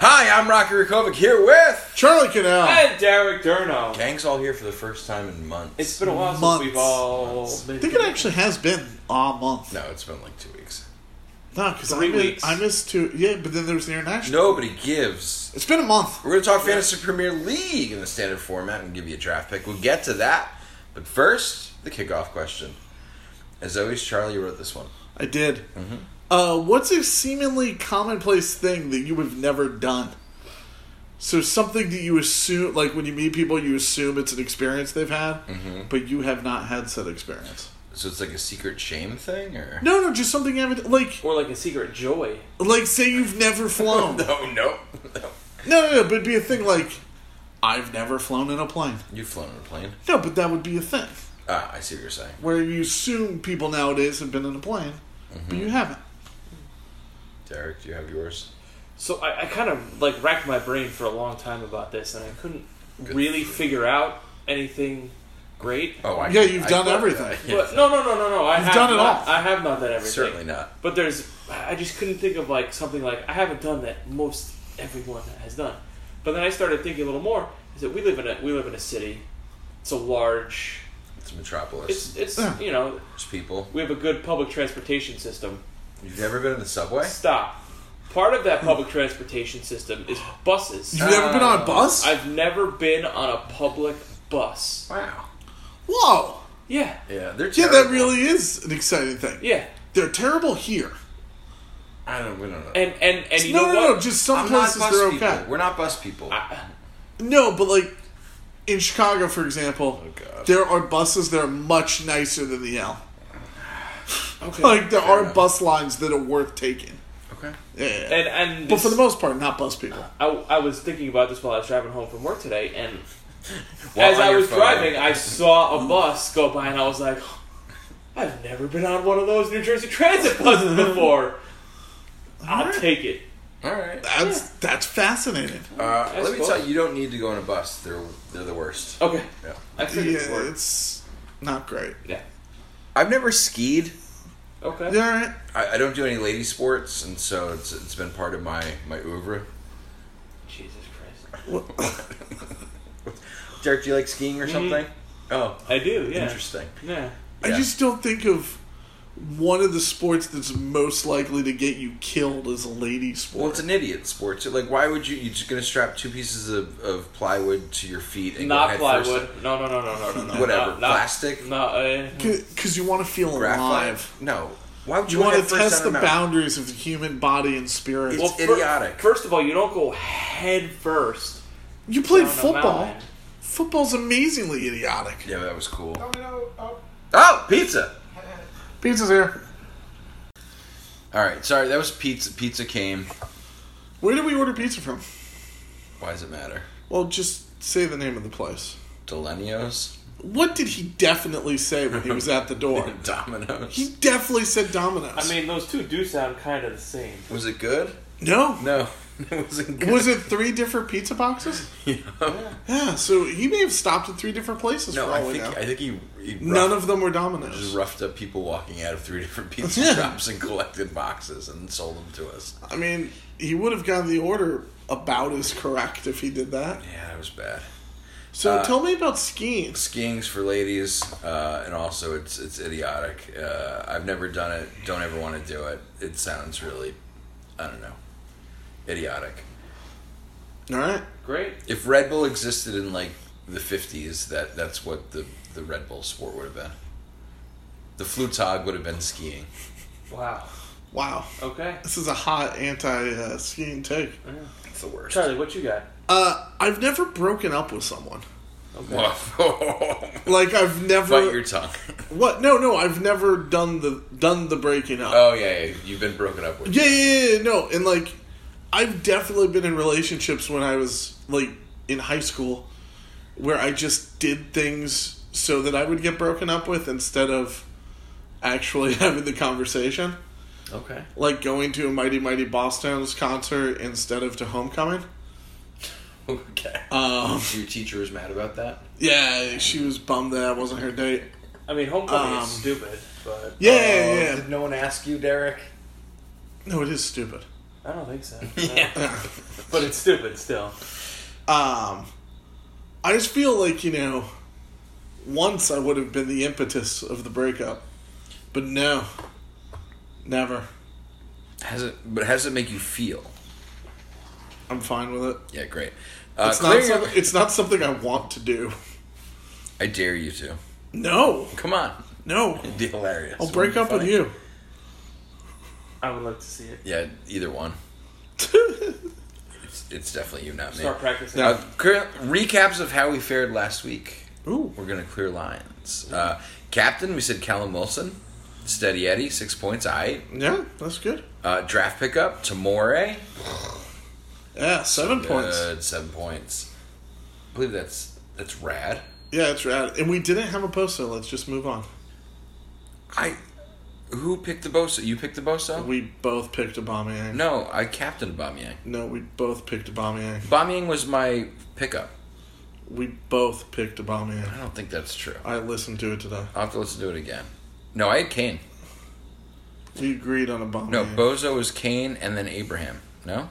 Hi, I'm Rocky Rukovic here with Charlie Canal. And Derek Durno. Gang's all here for the first time in months. It's been a while Months. since we've all I been think it actually has been a month. no, it's been like two weeks. No, because I, Three mi- weeks. I missed two. Yeah, but then there was the international. Nobody gives. It's been a month. We're going to talk fantasy Premier League in the standard format and give you a draft pick. We'll get to that, but first, the kickoff question. As always, Charlie wrote this one. I did. Uh, what's a seemingly commonplace thing that you have never done? So something that you assume, like when you meet people, you assume it's an experience they've had, but you have not had said experience. So it's like a secret shame thing, or No, no, just something you haven't like. or like a secret joy. Like, say you've never flown. no, no, no, no. no, no, but it'd be a thing like, I've never flown in a plane. You've flown in a plane. No, but that would be a thing. Ah, I see what you're saying. where you assume people nowadays have been in a plane, but Mm-hmm. you haven't. Derek, do you have yours? So I, I kind of like racked my brain for a long time about this, and I couldn't really figure out anything great. Oh, I Yeah, you've I done thought- everything. But no, no, no, no, no. I You've have done it not, all. I have not done everything. Certainly not. But there's, I just couldn't think of like something like I haven't done that most everyone has done. But then I started thinking a little more. Is that we live in a we live in a city. It's a large. It's a metropolis. It's it's Yeah. you know There's people. we have a good public transportation system. You've never been in the subway? Stop. Part of that public transportation system is buses. You've never been on a bus? Uh, I've never been on a public bus. Wow. Whoa! Yeah, Yeah, they're Yeah, that terrible. really is an exciting thing. yeah. They're terrible here. I don't. We don't know. And and and you no, know no, what? no, just some I'm not places bus they're people. okay. We're not bus people. No, but like in Chicago, for example, Oh, God. there are buses that are much nicer than the L. Okay. Like there are enough. bus lines that are worth taking. okay. Yeah, yeah, yeah. and and but for this- the most part, not bus people. I, I was thinking about this while I was driving home from work today, and While as on I your was phone. driving, I saw a bus go by, and I was like, I've never been on one of those New Jersey Transit buses before. I'll take it. All right. That's that's fascinating. Uh, let me suppose. tell you, you don't need to go on a bus. They're they're the worst. Okay, Yeah. I figured it Yeah, would. it's not great. Yeah. I've never skied. Okay. You all right? I, I don't do any lady sports, and so it's it's been part of my my oeuvre. Jesus Christ. Derek, do you like skiing or something? Oh, I do. Mm-hmm. Yeah. interesting. Yeah. I Yeah. just don't think of one of the sports that's most likely to get you killed as a lady sport. Well, it's an idiot sport. too. Like, why would you? You're just gonna strap two pieces of, of plywood to your feet and Not go head plywood. No, no, no, no, no, no, no. Whatever. Not, not, Plastic? No. Uh, because you want to feel Graphite? alive. No. Why would you, You want to head first test the down a mountain? boundaries of the human body and spirit. It's fir- idiotic. first of all, you don't go head first. you played down a football. mountain. Football's amazingly idiotic. Yeah, that was cool. Oh, pizza. Pizza's here. All right. Sorry, that was pizza. Pizza came. Where did we order pizza from? Why does it matter? Well, just say the name of the place. Delenios? What did he definitely say when he was at the door? Domino's? he definitely said Domino's. I mean, those two do sound kind of the same. was it good? no. No, it wasn't good. Was it three different pizza boxes? Yeah, so he may have stopped at three different places. No, for I all we think know. I think he, he roughed, None of them were just dominoes. roughed up people walking out of three different pizza Yeah. shops and collected boxes and sold them to us. I mean, he would have gotten the order about as correct if he did that. Yeah, that was bad. So Uh, tell me about skiing. Skiing's for ladies, uh, and also it's it's idiotic. Uh, I've never done it. Don't ever want to do it. It sounds really, I don't know, idiotic. All right. Great. If Red Bull existed in like the fifties, that that's what the the Red Bull sport would have been. The flutog would have been skiing. Wow. Wow. Okay. This is a hot anti uh, skiing take. It's the worst. Charlie, what you got? Uh, I've never broken up with someone. Okay. Whoa. Like I've never. Bite your tongue. What? No, no. I've never done the done the breaking up. Oh yeah, yeah, you've been broken up with. Yeah, yeah, yeah, yeah, no, and like, I've definitely been in relationships when I was like in high school, where I just did things so that I would get broken up with instead of actually having the conversation. Okay. Like going to a Mighty Mighty Boss Towns concert instead of to homecoming. Okay. Um, Your teacher was mad about that. yeah, she was bummed that wasn't her date. I mean, homecoming Um, is stupid, but Yeah, Oh, yeah, yeah. Did no one ask you, Derek? No, it is stupid. I don't think so. Yeah. But it's stupid still. Um, I just feel like you know, once I would have been the impetus of the breakup, but no, never. Has it? But how does it make you feel? I'm fine with it. Yeah, great. Uh, It's not. clear your- Some, it's not something I want to do. I dare you to. No, Come on. no. It'd be hilarious. I'll It break would be up with funny. you. I would like to see it. Yeah, either one. It's, it's definitely you, not me. Start practicing. Uh, clear, recaps of how we fared last week. Ooh, We're gonna clear lines. Uh, Captain, we said Callum Wilson, Steady Eddie, six points. I yeah, that's good. uh, draft pickup Tamore, Yeah, seven points. Good, seven points. I believe that's that's rad. Yeah, it's rad. And we didn't have a post, so let's just move on. I who picked the Bosa? You picked the Bosa? We both picked Aubameyang. No, no, I captained Bamyang. no we both picked Aubameyang. Bamyang was my pickup. We both picked Aubameyang. I don't think that's true. I listened to it today. I'll have to listen to it again. No, I had Kane. We agreed on Aubameyang. No, Bozo was Kane and then Abraham. No?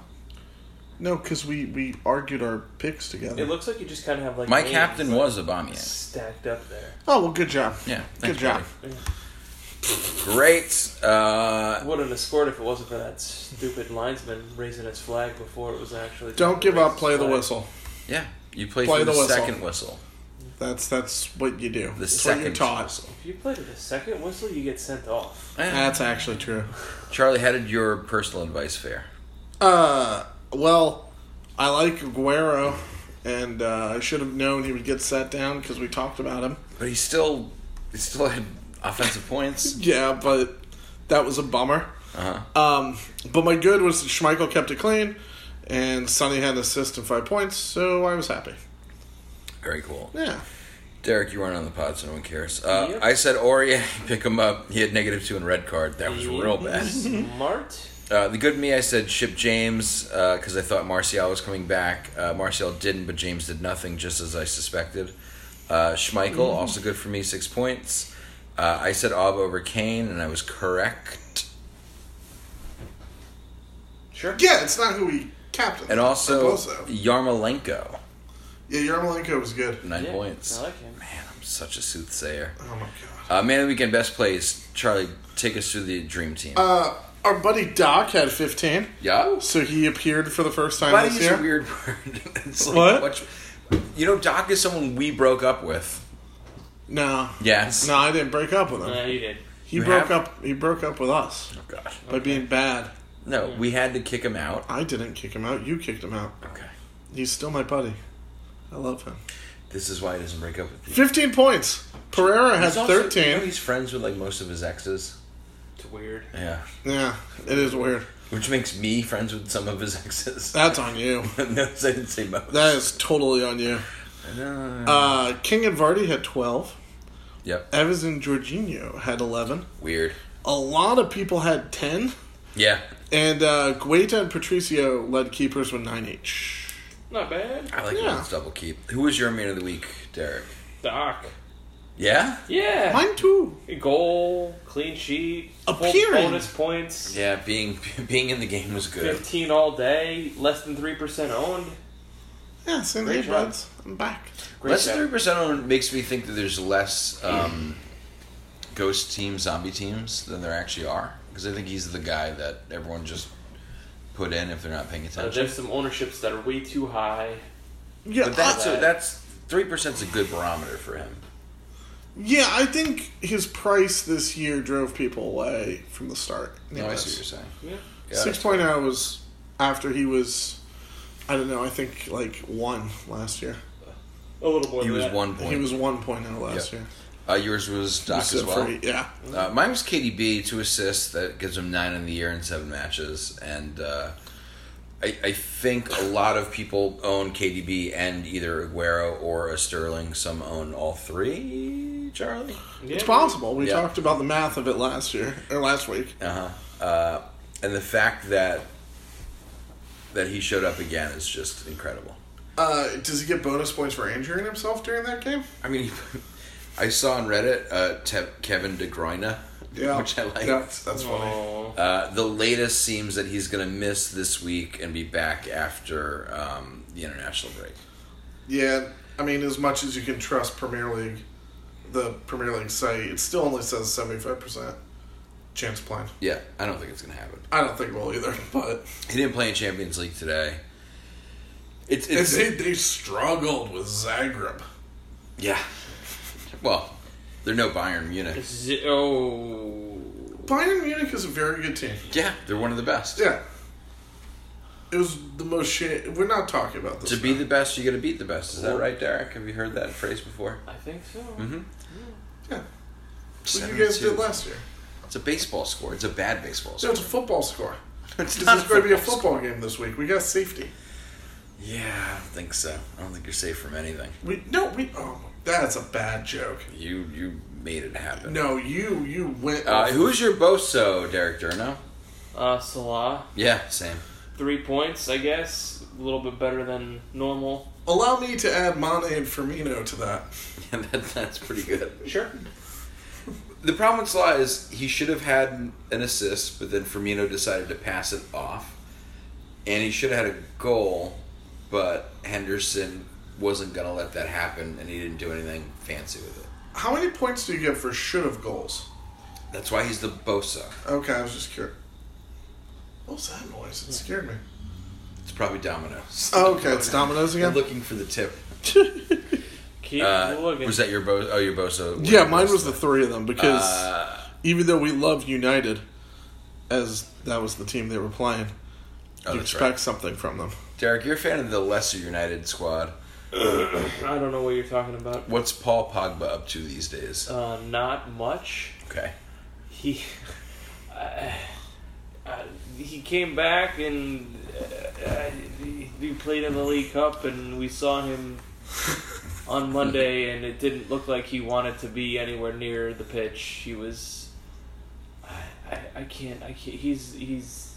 No, because we we argued our picks together. It looks like you just kind of have like My names, captain like, was Aubameyang. stacked up there. oh well, good job. Yeah. good thanks, job. buddy. Great. I Uh, wouldn't have scored if it wasn't for that stupid linesman raising his flag before it was actually. Don't give raised up. Play his the flag. whistle. yeah, you played Play for the, the whistle. second whistle. That's that's what you do. The That's what second you're taught. whistle. If you play with a second whistle, you get sent off. Eh. That's actually true. Charlie, how did your personal advice fare? Uh, well, I like Aguero, and uh, I should have known he would get sat down because we talked about him. But he still, he still had offensive points. Yeah, but that was a bummer. Uh huh. Um, but my good was that Schmeichel kept it clean, and Sonny had an assist and five points, so I was happy. Very cool. Yeah. Derek, you weren't on the pod, so no one cares. Uh, Yep. I said Aurier, pick him up. He had negative two in red card. That was real bad. Smart. Uh, the good me, I said ship James because I thought Martial was coming back. Uh, Martial didn't, but James did nothing, just as I suspected. Uh, Schmeichel, Mm-hmm. also good for me, six points. Uh, I said Aub over Kane, and I was correct. Sure. Yeah, it's not who we captained. And also Bozo. Yarmolenko, Yeah, Yarmolenko was good. nine Yeah, points. I like him. Man, I'm such a soothsayer. Oh my god. Uh, man of the weekend best plays. Charlie, take us through the dream team. Uh, our buddy Doc had 15, yeah. so he appeared for the first time Why do you this use a year. weird word? it's like What? what- you know, Doc is someone we broke up with. No, Yes. no, I didn't break up with him. Nah, you did. he you broke have- up. He broke up with us Oh, God. by being bad. No, we had to kick him out. I didn't kick him out. You kicked him out. Okay. He's still my buddy. I love him. This is why he doesn't break up with you. 15 points. Pereira had He's also- You know 13. he's friends with like most of his exes. It's weird. Yeah. Yeah, it is weird. Which makes me friends with some of his exes. That's on you. Notice I didn't say most. That is totally on you. Uh, Uh, King and Vardy had 12. yep. Evans and Jorginho had 11. Weird. A lot of people had 10. Yeah. And uh, Guaita and Patricio led keepers with nine each. Not bad. I like Yeah. yeah. double keep. Who was your man of the week, Derek? Doc. Yeah? Yeah. Mine too. Goal, clean sheet, full Appearing. bonus points, Yeah, being being in the game was good. fifteen all day, less than three percent owned. Yeah, same Great thing, job. buds. I'm back. Great Less job. than three percent on makes me think that there's less um, ghost teams, zombie teams than there actually are. Because I think he's the guy that everyone just put in if they're not paying Uh, attention. there's some ownerships that are way too high. Yeah, uh, But that's I- a, that's three percent's a good barometer for him. Yeah, I think his price this year drove people away from the start. No, I Anyways. see what you're saying. Yeah. Yeah, Six point oh was after he was, I don't know. I think like one last year. A little more He than was that. one point. He was one point oh last Yep. year. uh, yours was Doc Except as well. for- yeah, Uh, mine was KDB, two assists. That gives him nine in the year in seven matches. And uh, I, I think a lot of people own KDB and either Aguero or a Sterling. Some own all three, Charlie. Yeah, it's possible. We Yeah. talked about the math of it last year or last week. Uh-huh. Uh, and the fact that that he showed up again is just incredible. Uh, does he get bonus points for injuring himself during that game? I mean, I saw on Reddit uh, Te- Kevin De Bruyne, Yeah, which I like. Yeah, that's funny. Aw. Uh, the latest seems that he's going to miss this week and be back after um, the international break. Yeah, I mean, as much as you can trust Premier League, the Premier League site, it still only says seventy five percent chance of playing. Yeah, I don't think it's going to happen. I don't think it will either, but He didn't play in Champions League today. It's, It's- it's they, they struggled with Zagreb. yeah. Well, they're no Bayern Munich. Z- oh. Bayern Munich is a very good team. Yeah, they're one of the best. Yeah. It was the most shit. We're not talking about this. To be the best, you got to beat the best. Is that Well- right, Derek? Have you heard that phrase before? I think so. Mm-hmm. yeah. What Seven you guys to two. did last year. It's a baseball score. It's a bad baseball So score. it's a football score. It's This not is going to be a football football game this week. We got safety. score. Yeah, I don't think so. I don't think you're safe from anything. We no we. Oh, that's a bad joke. You you made it happen. No, you you went. Uh, who's your boso, Derek Durno? Uh, Salah, Yeah, same. three points, I guess. A little bit better than normal. Allow me to add Mane and Firmino to that. Yeah, that, that's pretty good. Sure. The problem with Salah is he should have had an assist, but then Firmino decided to pass it off, and he should have had a goal, but Henderson wasn't gonna let that happen, and he didn't do anything fancy with it. How many points do you get for should have goals? That's why he's the boso. Okay, I was just curious. What was that noise? It scared me. It's probably Domino's. Oh, okay, it's Domino's They're again. looking for the tip. Keep Uh, looking. was that your bo? Oh, your boso. Yeah, mine was the three of them because Uh, even though we love United, as that was the team they were playing, oh, you that's expect right. something from them. Derek, you're a fan of the lesser United squad. I don't know what you're talking about. What's Paul Pogba up to these days? Uh, not much. Okay. He. Uh, uh, he came back and uh, uh, he- he played in the League Cup, and we saw him on Monday, and it didn't look like he wanted to be anywhere near the pitch. He was. I- I, I can't. I can't. He's he's.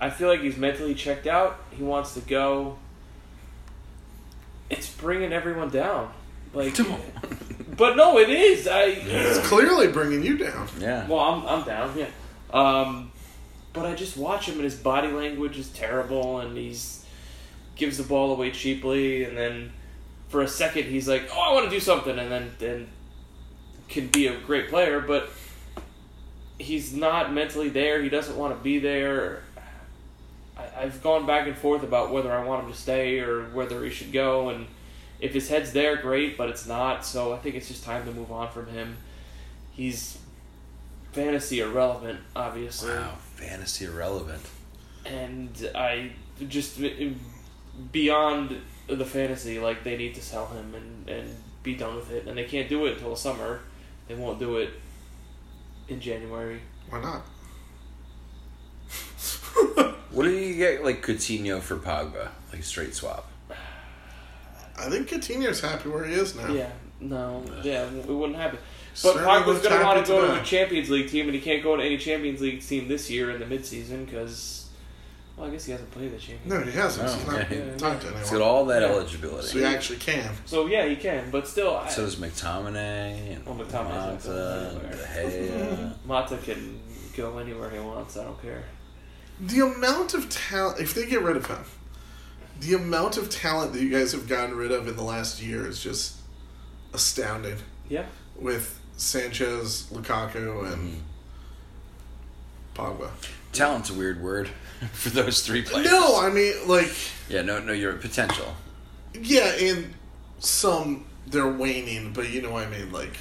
I feel like he's mentally checked out. He wants to go. It's bringing everyone down. Like, but no, it is. I. It's clearly bringing you down. Yeah. Well, I'm, I'm down, yeah. Um, but I just watch him, and his body language is terrible, and he's gives the ball away cheaply, and then for a second he's like, "Oh, I want to do something," and then then can be a great player, but he's not mentally there. He doesn't want to be there. I, I've gone back and forth about whether I want him to stay or whether he should go, and if his head's there, great, but it's not. So I think it's just time to move on from him. He's fantasy irrelevant, obviously wow. Fantasy irrelevant. and I just beyond the fantasy, like they need to sell him and and be done with it, and they can't do it until the summer. They won't do it in January. Why not? What did you get like Coutinho for Pogba? Like straight swap. I think Coutinho's happy where he is now. Yeah, no, yeah, it wouldn't happen. But Certainly Pogba's what's going to want happened to go to today. a Champions League team, and he can't go to any Champions League team this year in the midseason because, well, I guess he hasn't played the Champions. No, he hasn't. Oh, He's not yeah. talked to He's got anyone. all that Yeah. eligibility. So he actually can. So yeah, he can, but still, I, so does McTominay and Well, McTominay's not Mata going and De anywhere. Gea. Mata can go anywhere he wants. I don't care. The amount of talent, if they get rid of him, the amount of talent that you guys have gotten rid of in the last year is just astounding. Yeah, With Sanchez, Lukaku, and Pogba. Talent's a weird word for those three players. No, I mean like Yeah, no, no, you're potential. yeah, and some they're waning, but you know what I mean. Like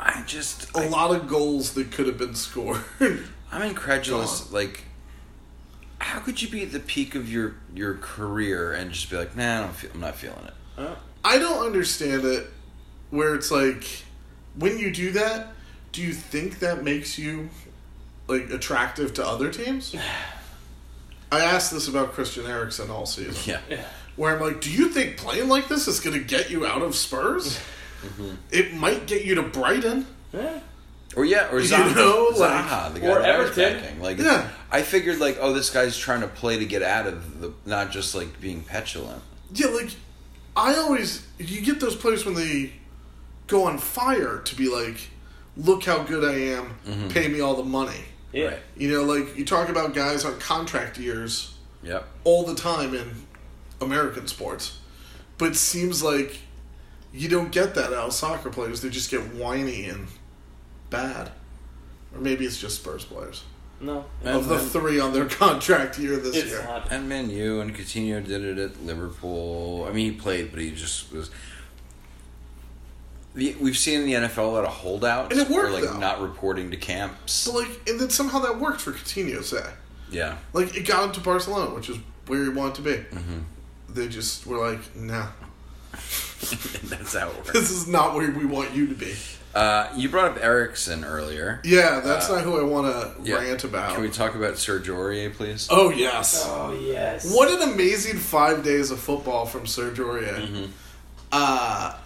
I just A I, lot of goals that could have been scored. I'm incredulous. Gone. Like, how could you be at the peak of your your career and just be like, nah, I don't feel, I'm not feeling it. Huh? I don't understand it where it's like when you do that, do you think that makes you like attractive to other teams? I asked this about Christian Eriksen all season. Yeah. Where I'm like, do you think playing like this is going to get you out of Spurs? It might get you to Brighton. Yeah. Or yeah, or You Zaha, know, like- Zaha the guy or that I was Everton. backing. Like, Yeah. I figured like, oh, this guy's trying to play to get out of the, not just like being petulant. Yeah, like I always you get those players when they go on fire to be like, look how good I am, pay me all the money. Yeah. Right. You know, like you talk about guys on contract years Yep. all the time in American sports, but it seems like you don't get that out of soccer players. They just get whiny and bad, or maybe it's just Spurs players. No. And Of the then- three on their contract year this It's year, not. And Manu and Coutinho did it at Liverpool. I mean, he played, but he just was. The, we've seen in the NFL a lot of holdouts And it worked, or like though. not reporting to camps. but like, and then somehow that worked for Coutinho, say. yeah, Like it got him to Barcelona, which is where he wanted to be. Mm-hmm. They just were like, "Nah, that's how it works. this is not where we want you to be." Uh, you brought up Erickson earlier. Yeah, that's not who I want to Uh, Yeah. rant about. Can we talk about Serge Aurier, please? oh yes, Oh yes. what an amazing five days of football from Serge Aurier. Uh,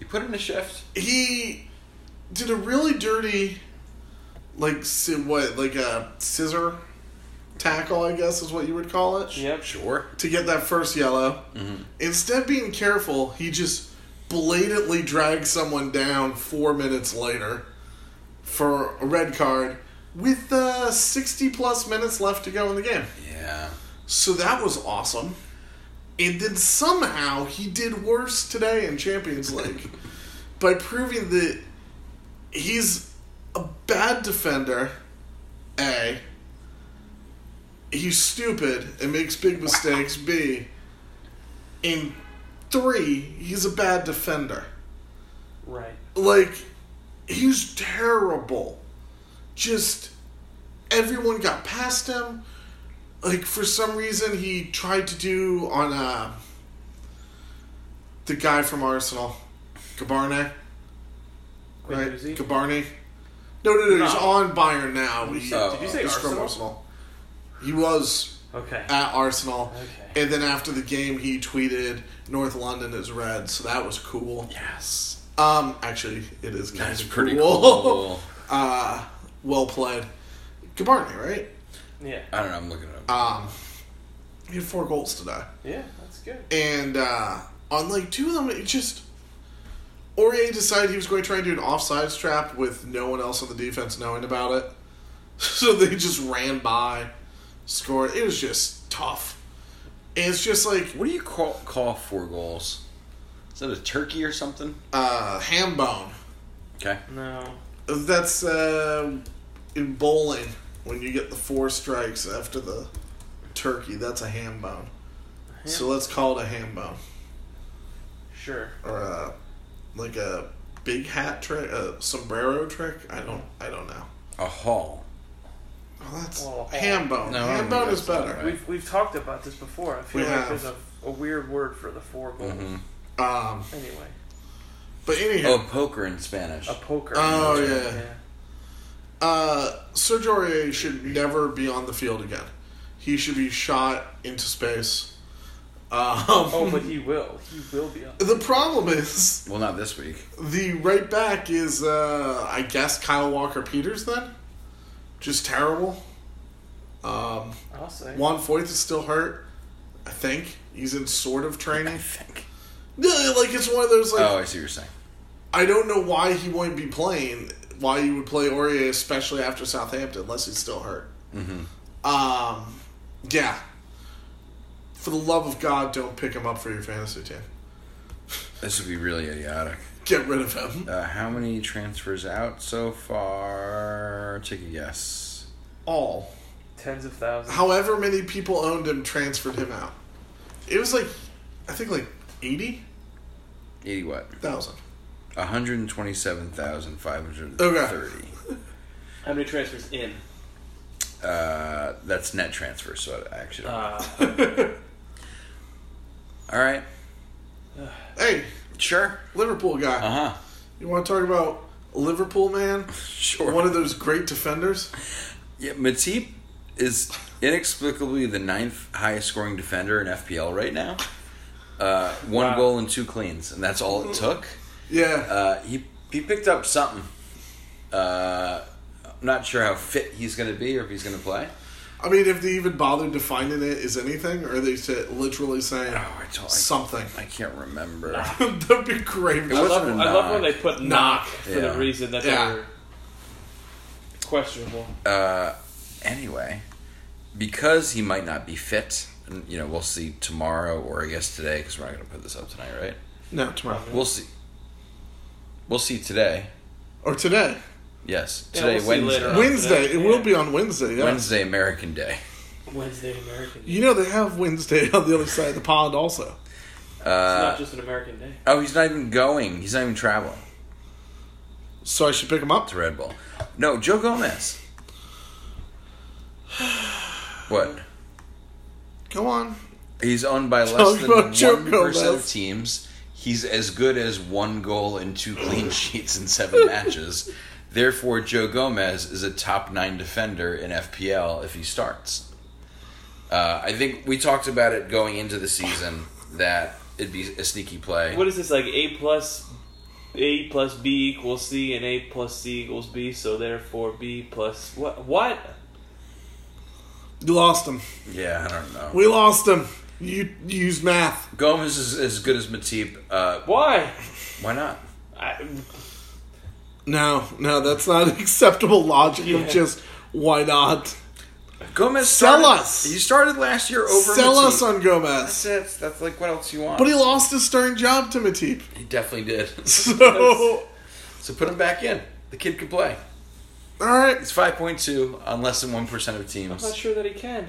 You put in a shift. he did a really dirty, like si- what, like a scissor tackle, I guess is what you would call it. Yep. Sure. to get that first yellow. Instead of being careful, he just blatantly drags someone down four minutes later for a red card with uh, 60 plus minutes left to go in the game. Yeah. So that was awesome. And then somehow he did worse today in Champions League by proving that he's a bad defender. A. He's stupid and makes big mistakes. B. And three, he's a bad defender. Right. Like, he's terrible. Just everyone got past him. Like for some reason, he tried to do on uh, the guy from Arsenal, Gabarne, Wait, right? who's he? Gabarne. No, no, no, He's No. on Bayern now. He- uh, Oh, Did you say he's from Arsenal? Arsenal. He was Okay. at Arsenal, Okay. and then after the game, he tweeted, "North London is red," so that was cool. yes. Um, actually, it is kind That's of pretty cool. cool. uh, well played, Gabarne, right? Yeah. I don't know. I'm looking at him. Um, he had four goals today, Yeah. That's good. and uh, on like two of them, it just Aurier decided he was going to try and do an offsides trap with no one else on the defense knowing about it, so they just ran by, scored. It was just tough. And it's just like what do you call call four goals? Is that a turkey or something? uh, ham bone. Okay. No. That's uh, in bowling when you get the four strikes after the turkey. That's a ham bone. So let's call it a ham bone Sure. or a, like a big hat trick, a sombrero trick. I don't, I don't know. A haul. Well, that's Well, ham bone. no, I ham don't bone think is that's better. We've we've talked about this before. I feel We like have. there's a, a weird word for the four goals. Um, Anyway, but anyhow, Oh, poker in Spanish. a poker. Oh, yeah. yeah. uh, Serge Aurier should never be on the field again. He should be shot into space. Um, Oh, but he will. He will be on. the problem is. Well, not this week. The right back is, uh, I guess, Kyle Walker Peters. Then, just terrible. Um, I'll say. Juan Foyth is still hurt. I think he's in sort of training. think. No, like it's one of those like Oh, I see what you're saying. I don't know why he won't be playing. Why you would play Aurier, especially after Southampton, unless he's still hurt. Mm-hmm. Um, yeah. For the love of God, don't pick him up for your fantasy team. This would be really idiotic. Get rid of him. Uh, how many transfers out so far? Take a guess. All. Tens of thousands. however many people owned him transferred him out. It was like, I think like eighty 80 what? thousand. One hundred twenty-seven thousand five hundred thirty. Okay. How many transfers in? Uh, that's net transfer, so I actually don't. Uh, All right, Hey, sure. Liverpool guy. Uh huh. You want to talk about Liverpool man? Sure. One of those great defenders. Yeah, Matip is inexplicably the ninth highest scoring defender in FPL right now. Uh, one Wow. Mm-hmm. goal and two cleans, and that's all it took. Yeah. Uh, he he picked up something. Uh, I'm not sure how fit he's going to be or if he's going to play. I mean, if they even bothered defining it as anything, or are they sa- literally saying Oh, I don't- I- something? I can't remember. That'd be great. It was- love, I love when they knock. put knock Knock. for Yeah. the reason that Yeah. they were questionable. Uh, anyway, because he might not be fit, and you know we'll see tomorrow or I guess today because we're not going to put this up tonight, right? no, tomorrow We'll see. We'll see today. or today, Yes, Yeah, today we'll see Wednesday. later on. Wednesday. It today, will yeah. be on Wednesday. Yeah. uh, Wednesday American Day. Wednesday American. Day. You know they have Wednesday on the other side of the pond also. it's Uh, not just an American day. oh, he's not even going. He's not even traveling So I should pick them up. to Red Bull. No, Joe Gomez. What? Go on. He's owned by Talk less than about Joe one percent of Gomez. teams. He's as good as one goal and two clean sheets in seven matches. Therefore, Joe Gomez is a top nine defender in FPL if he starts. Uh, I think we talked about it going into the season that it'd be a sneaky play. What is this like? A plus A plus B equals C, and A plus C equals B. So therefore, B plus what? What? You lost them. Yeah, I don't know. We lost them. You, you used math. Gomez is as good as Matip. Uh, Why? why not? I, No, no, that's not acceptable logic Yeah. of just why not. Gomez Sell started- us! He started last year over. Sell Matip. us on Gomez. That's it. That's like what else you want? But he lost his starting job to Matip. he definitely did. So, So put him back in. The kid can play. all right. It's 5.2 on less than 1% of I'm not teams. sure that he can.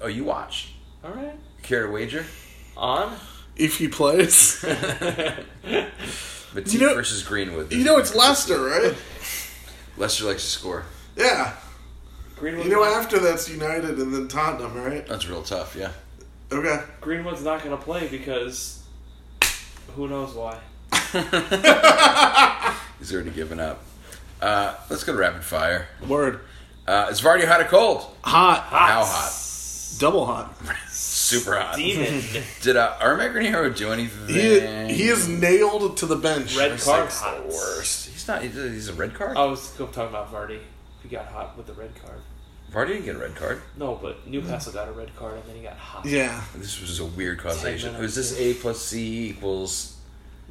Oh, you watch. All right. Care to wager? On. If he plays. Matip You know- versus Greenwood. You know it's Leicester, right? Leicester likes to score. Yeah. Greenwood. You know after that's United and then Tottenham, right? That's real tough, yeah. Okay. Greenwood's not going to play because who knows why. He's already given up. Uh, let's go to rapid fire. Word. Uh, it's Vardy hot or cold? Hot. How hot? Double hot. Super hot. Demon. Did uh, Armand Granero do anything? He, he is nailed to the bench. Red He's card. like the worst. He's not. He's a red card. I was talking about Vardy. He got hot with the red card. Vardy didn't get a red card. No, but Newcastle got a red card and then he got hot. Yeah. This was a weird causation. minutes. Was this A plus C equals?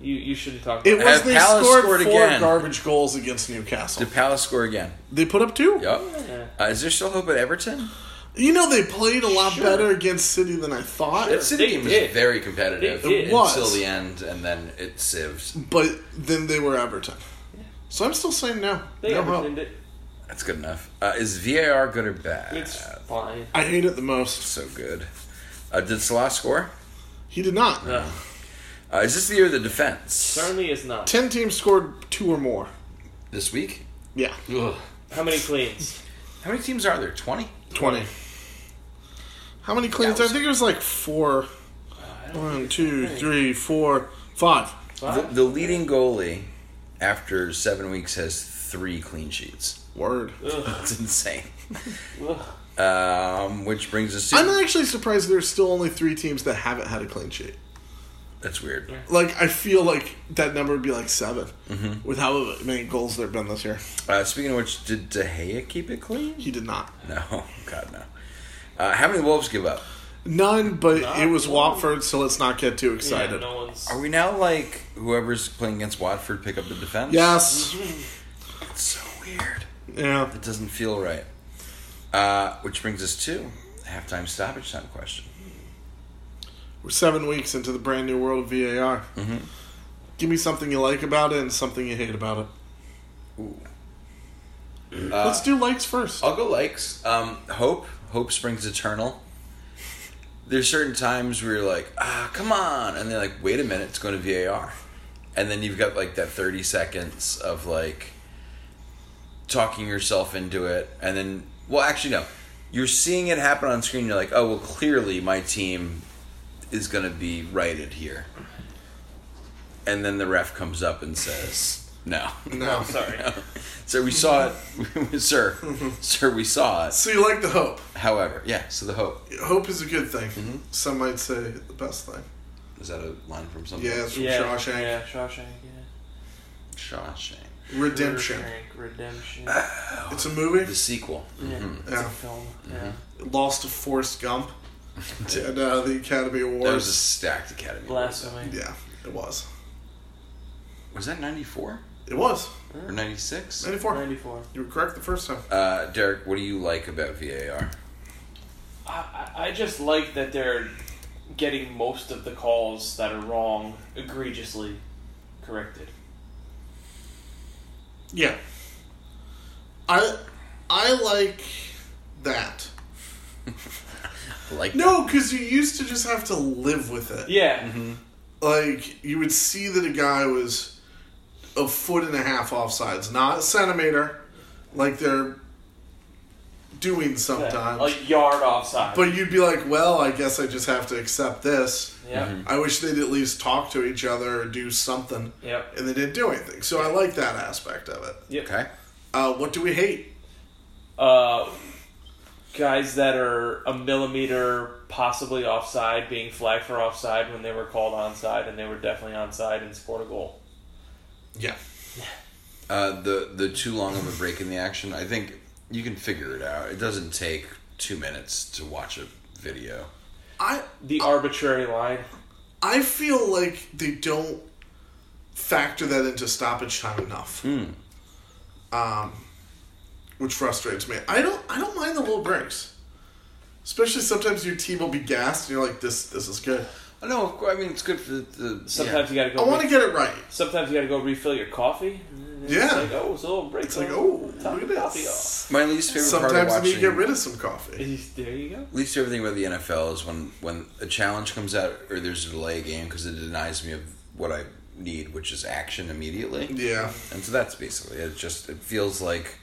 You you shouldn't talk. It About was they Palace scored, scored four again. garbage goals against Newcastle. Did Palace score again? They put up two. Yup. Yeah. Uh, is there still hope at Everton? You know they played a lot Sure. better against City than I thought. That City They game was did. very competitive They did. It was. until the end, and then it sived. But then they were Everton. So I'm still saying no. They no Evertoned hope. it. That's good enough. Uh, is VAR good or bad? It's fine. I hate it the most. so good. Uh, did Salah score? He did not. No, Uh, is this the year of the defense? certainly is not. Ten teams scored two or more. This week? Yeah. How many cleans? How many teams are there? Twenty. Twenty. How many cleans? That I was- think it was like four. One, two, three, four, five. The, Five. the leading goalie after seven weeks has three clean sheets. Word. Ugh. That's insane. Ugh. Um, which brings us to I'm actually surprised there's still only three teams that haven't had a clean sheet. that's weird. Like I feel like that number would be like 7 Mm-hmm. with how many goals there've been this year. Uh, speaking of which, did De Gea keep it clean? He did not. No, God no. Uh, how many Wolves give up? None, but Not it was one. Watford, so let's not get too Yeah, excited. no one's. Are we now like whoever's playing against Watford pick up the defense? Yes. Mm-hmm. It's so weird. Yeah. It doesn't feel right. Uh, which brings us to halftime stoppage time question. We're seven weeks into the brand new world of VAR. Mm-hmm. Give me something you like about it and something you hate about it. Ooh. Uh, oh, Let's do likes first. I'll go likes. Um, hope. Hope springs eternal. There's certain times where you're like, ah, come on, and they're like, wait a minute, it's going to VAR. and then you've got like that 30 seconds of like talking yourself into it and then well actually no you're seeing it happen on screen you're like oh well clearly my team is going to be righted here and then the ref comes up and says no No. Sorry. sir we saw it sir sir we saw it So you like the hope. however yeah so the hope Hope is a good thing. Mm-hmm. Some might say the best thing. is that a line from something Yeah, it's from yeah, Shawshank. Yeah, Shawshank. Yeah. Shawshank Redemption. Ah. Shawshank Redemption. It's a movie. the sequel yeah, it's Yeah. a film. Mm-hmm. Yeah. Lost to Forrest Gump and uh, the Academy Awards. that was a stacked academy Award. Blasphemy. yeah, it was. was that 94 It was. or 96 94. 94. You were correct the first time. Uh, Derek, what do you like about VAR? I, I- I just like that they're getting most of the calls that are wrong egregiously corrected. Yeah. I I like that. Like No, because you used to just have to live with it. Yeah. Like, you would see that a guy was a foot and a half offsides, not a centimeter, like they're doing Yeah, sometimes. A yard offside. But you'd be like, well, I guess I just have to accept this. yep. I wish they'd at least talk to each other or do something. Yep. And they didn't do anything. So I like that aspect of it. Yep. okay, Uh, what do we hate? Uh, guys that are a millimeter possibly offside being flagged for offside when they were called onside and they were definitely onside and scored a goal. Yeah. uh, the the too long of a break in the action. I think you can figure it out. It doesn't take two minutes to watch a video. I The arbitrary line. I feel like they don't factor that into stoppage time enough. Hmm. Um, which frustrates me. I don't I don't mind the little breaks. Especially sometimes your team will be gassed and you're like, this this is good. I know. Of course, I mean it's good for the, the Sometimes yeah. you gotta I go. want to get it right. Sometimes you gotta go refill your coffee. and then Yeah. It's like, oh, it's a little break. It's like, time. oh, Top look at coffee off. this. My least favorite part of Sometimes you need watching to get rid of some coffee. There you go. least favorite thing about the NFL is when when a challenge comes out or there's a delay game because it denies me of what I need, which is action immediately. Yeah. And so that's basically it. Just it feels like,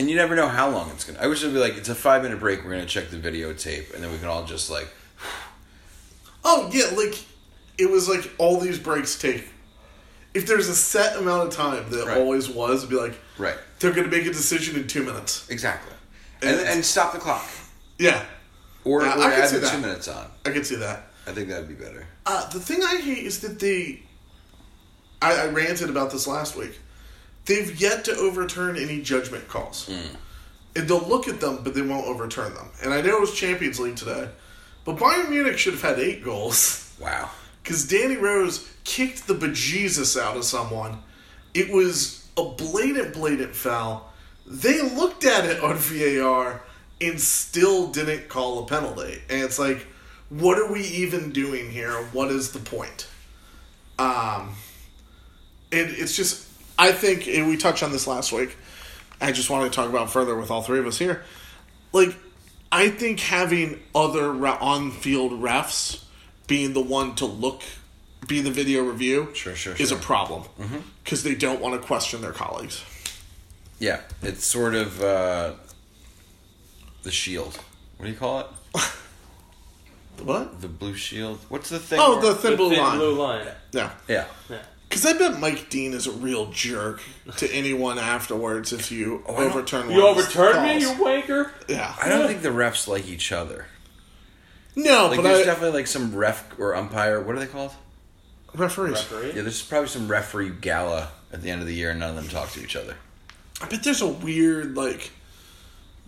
and you never know how long it's gonna. I wish it'd be like it's a five minute break. We're gonna check the videotape, and then we can all just like, Oh yeah, like it was like all these breaks take. If there's a set amount of time that Right. always was, it'd be like right, they're going to make a decision in two minutes. exactly, and and stop the clock, Yeah, or, Yeah, or I can add see the that. two minutes on. I could see that. I think that'd be better. Uh, the thing I hate is that they. I, I ranted about this last week. They've yet to overturn any judgment calls. And they'll look at them, but they won't overturn them. And I know it was Champions League today, but Bayern Munich should have had eight goals. Wow, because Danny Rose kicked the bejesus out of someone. It was a blatant, blatant foul. They looked at it on VAR and still didn't call a penalty. And it's like, what are we even doing here? What is the point? Um, and it's just, I think, and we touched on this last week. I just wanted to talk about further with all three of us here. Like, I think having other re- on-field refs being the one to look, be the video review, Sure, sure, is a sure. Mm-hmm. problem because they don't want to question their colleagues. yeah, it's sort of uh, the shield. What do you call it? What? The blue shield. What's the thing? Oh, where- the thin The blue thin line. blue line. Yeah, yeah. Yeah. because I bet Mike Dean is a real jerk to anyone afterwards if you overturn. You one of his overturned me, you calls. wanker. Oh, I Yeah. don't think the refs like each other. No, Like but there's I definitely like some ref or umpire. What are they called? referees. Yeah, there's probably some referee gala at the end of the year, and none of them talk to each other. I bet there's a weird like,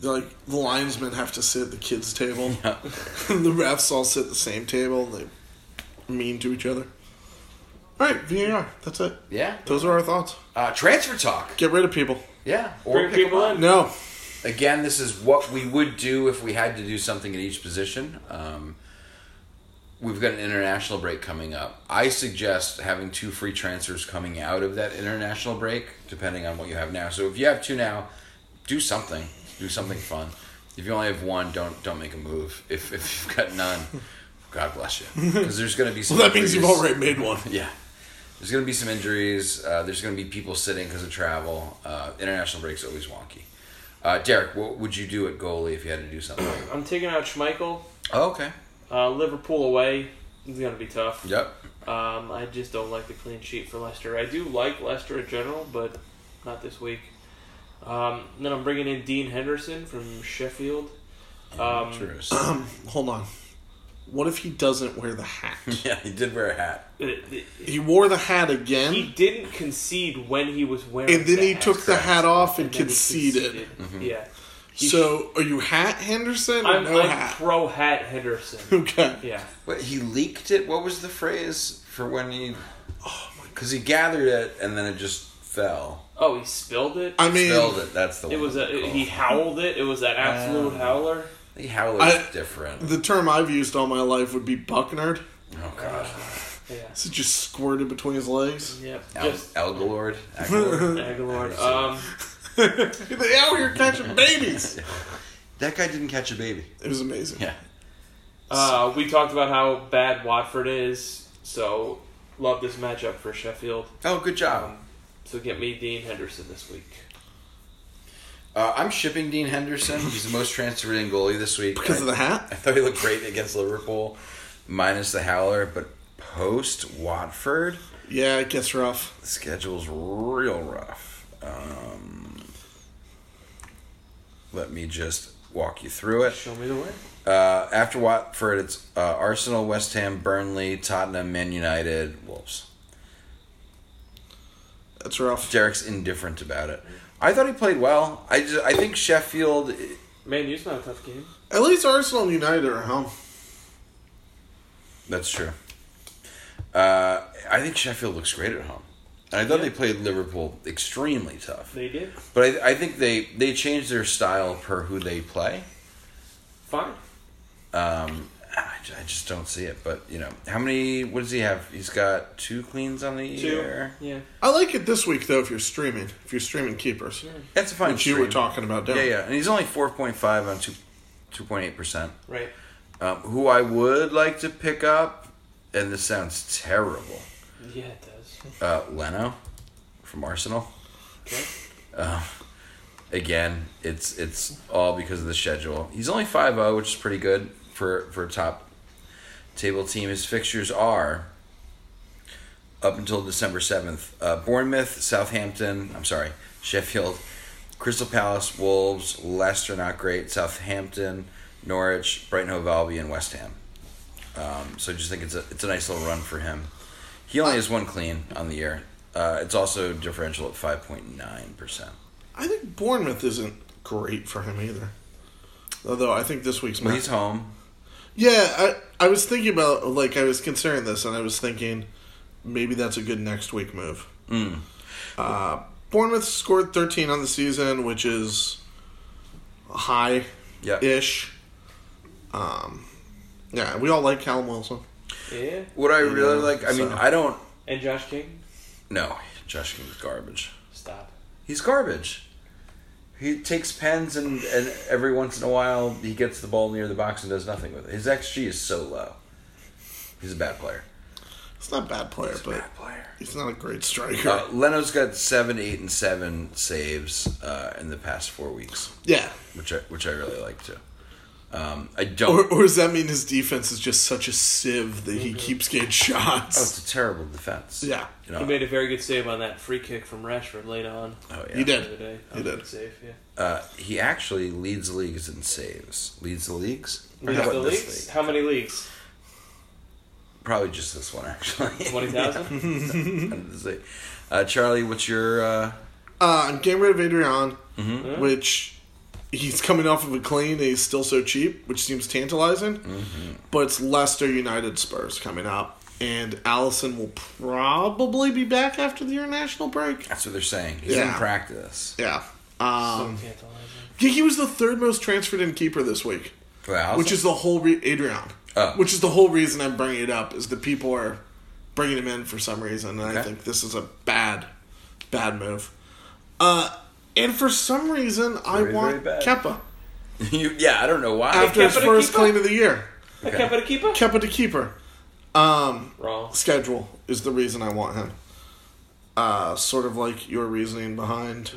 like the linesmen have to sit at the kids' table. And the refs all sit at the same table and they mean to each other. All right, VAR. That's it. Yeah. Those are our thoughts. Uh, transfer talk. Get rid of people. Yeah. Or Bring pick 'em people up. in. No. Again, this is what we would do if we had to do something at each position. Um, we've got an international break coming up. I suggest having two free transfers coming out of that international break, depending on what you have now. So if you have two now, do something. Do something fun. If you only have one, don't don't make a move. If if you've got none, God bless you, because there's going to be some. Well, that means freeze. you've already made one. Yeah. There's going to be some injuries. Uh, there's going to be people sitting because of travel. Uh, international break's always wonky. Uh, Derek, what would you do at goalie if you had to do something? I'm taking out Schmeichel. oh, okay. Uh, Liverpool away is going to be tough. Yep. Um, I just don't like the clean sheet for Leicester. I do like Leicester in general, but not this week. Um, then I'm bringing in Dean Henderson from Sheffield. Um, Interesting. Hold on. What if he doesn't wear the hat? yeah, he did wear a hat. it- it- he wore the hat he again, didn't concede when he was wearing. and then the he hat. took the hat off and And then he conceded. Yeah, He- So, are you hat Henderson or I'm, no I'm hat? pro hat Henderson. Okay. yeah, But he leaked it. What was the phrase for when he? Because he gathered it and then it just fell. Oh, he spilled it. I mean, Spilled it. That's the it one. was a Cool. he howled it. It was an absolute howler. I think Howler's I- different. the term I've used all my life would be bucknerd. Oh god. Yeah, So it just squirted between his legs. yeah, Al- just Elgalord. Agalord? Aguilar. Um, they out here catching babies. that guy didn't catch a baby. It was amazing. Yeah. uh, we talked about how bad Watford is, so love this matchup for Sheffield. Um, Oh, good job. So get me Dean Henderson this week. Uh, I'm shipping Dean Henderson. He's the most transferred in goalie this week. Because of the I hat? thought he looked great against Liverpool, minus the howler, but post Watford, Yeah, it gets rough. the schedule's real rough. Um, let me just walk you through it. Show me the way. Uh, after Watford, it's uh, Arsenal, West Ham, Burnley, Tottenham, Man United, Wolves. That's rough. Derek's indifferent about it. I thought he played well. I just, I think Sheffield. Man, U's not a tough game. At least Arsenal and United are home. That's true. Uh, I think Sheffield looks great at home. And I thought they played Liverpool extremely tough. They did But I, I think they they change their style per who they play. fine. Um, I, ju- I just don't see it. But you know, how many? What does he have? He's got two cleans on the Two. year. Yeah. I like it this week though. If you're streaming, if you're streaming keepers, That's a fine. which you were stream. talking about, down. Yeah, yeah. And he's only four point five on two two point eight percent. Right. Um, who I would like to pick up, and this sounds terrible. Yeah, it does. Uh, Leno from Arsenal. Okay. again, it's it's all because of the schedule. He's only 5-0, which is pretty good for for a top table team. His fixtures are up until December seventh: uh, Bournemouth, Southampton. I'm sorry, Sheffield, Crystal Palace, Wolves, Leicester. Not great. Southampton, Norwich, Brighton Hove Albion, West Ham. Um, so I just think it's a it's a nice little run for him. He only has one clean on the year. Uh, it's also differential at five point nine percent. I think Bournemouth isn't great for him either. Although I think this week's Well, match- he's home. Yeah, I I was thinking about like I was considering this, and I was thinking maybe that's a good next week move. Mm. Uh, Bournemouth scored 13 on the season, which is high Yeah. ish. Um, yeah, we all like Callum Wilson. Yeah. What I really Yeah, like, I mean, so- I don't. And Josh King. No, Josh King's garbage. Stop. He's garbage. He takes pens and, and every once in a while he gets the ball near the box and does nothing with it. His XG is so low. He's a bad player. It's not a bad player, but player. he's not a great striker. Uh, Leno's got seven, eight, and seven saves uh, in the past four weeks, yeah. which I which I really like too. Um, I don't. Or, or does that mean his defense is just such a sieve that he keeps getting oh, shots? it's a terrible defense. Yeah. You know, He made a very good save on that free kick from Rashford late on. oh, yeah. He The other did. day. He Good did. Save. Yeah. Uh, he actually leads leagues in saves. Leads the leagues. Or Leads how the about this leagues? league? How many leagues? Probably just this one, actually. Twenty thousand. thousand. uh, Charlie, what's your? Uh, Uh, I'm getting rid of Adrian, which he's coming off of a clean and he's still so cheap, which seems tantalizing. But it's Leicester United Spurs coming up, and Allison will probably be back after the international break. that's what they're saying. He's in Yeah. practice. Yeah. Um, Tantalizing. yeah, he was the third most transferred in keeper this week, Wow. which is the whole re- Adrian. Oh. Which is the whole reason I'm bringing it up is that people are bringing him in for some reason, and I Okay. think this is a bad, bad move. Uh, and for some reason, I Very, want very bad. Keppa you, yeah. I don't know why. after his Kepa to first keeper? clean of the year. A keeper to keeper? Keppa to keeper. Um, Wrong. schedule is the reason I want him. uh, sort of like your reasoning behind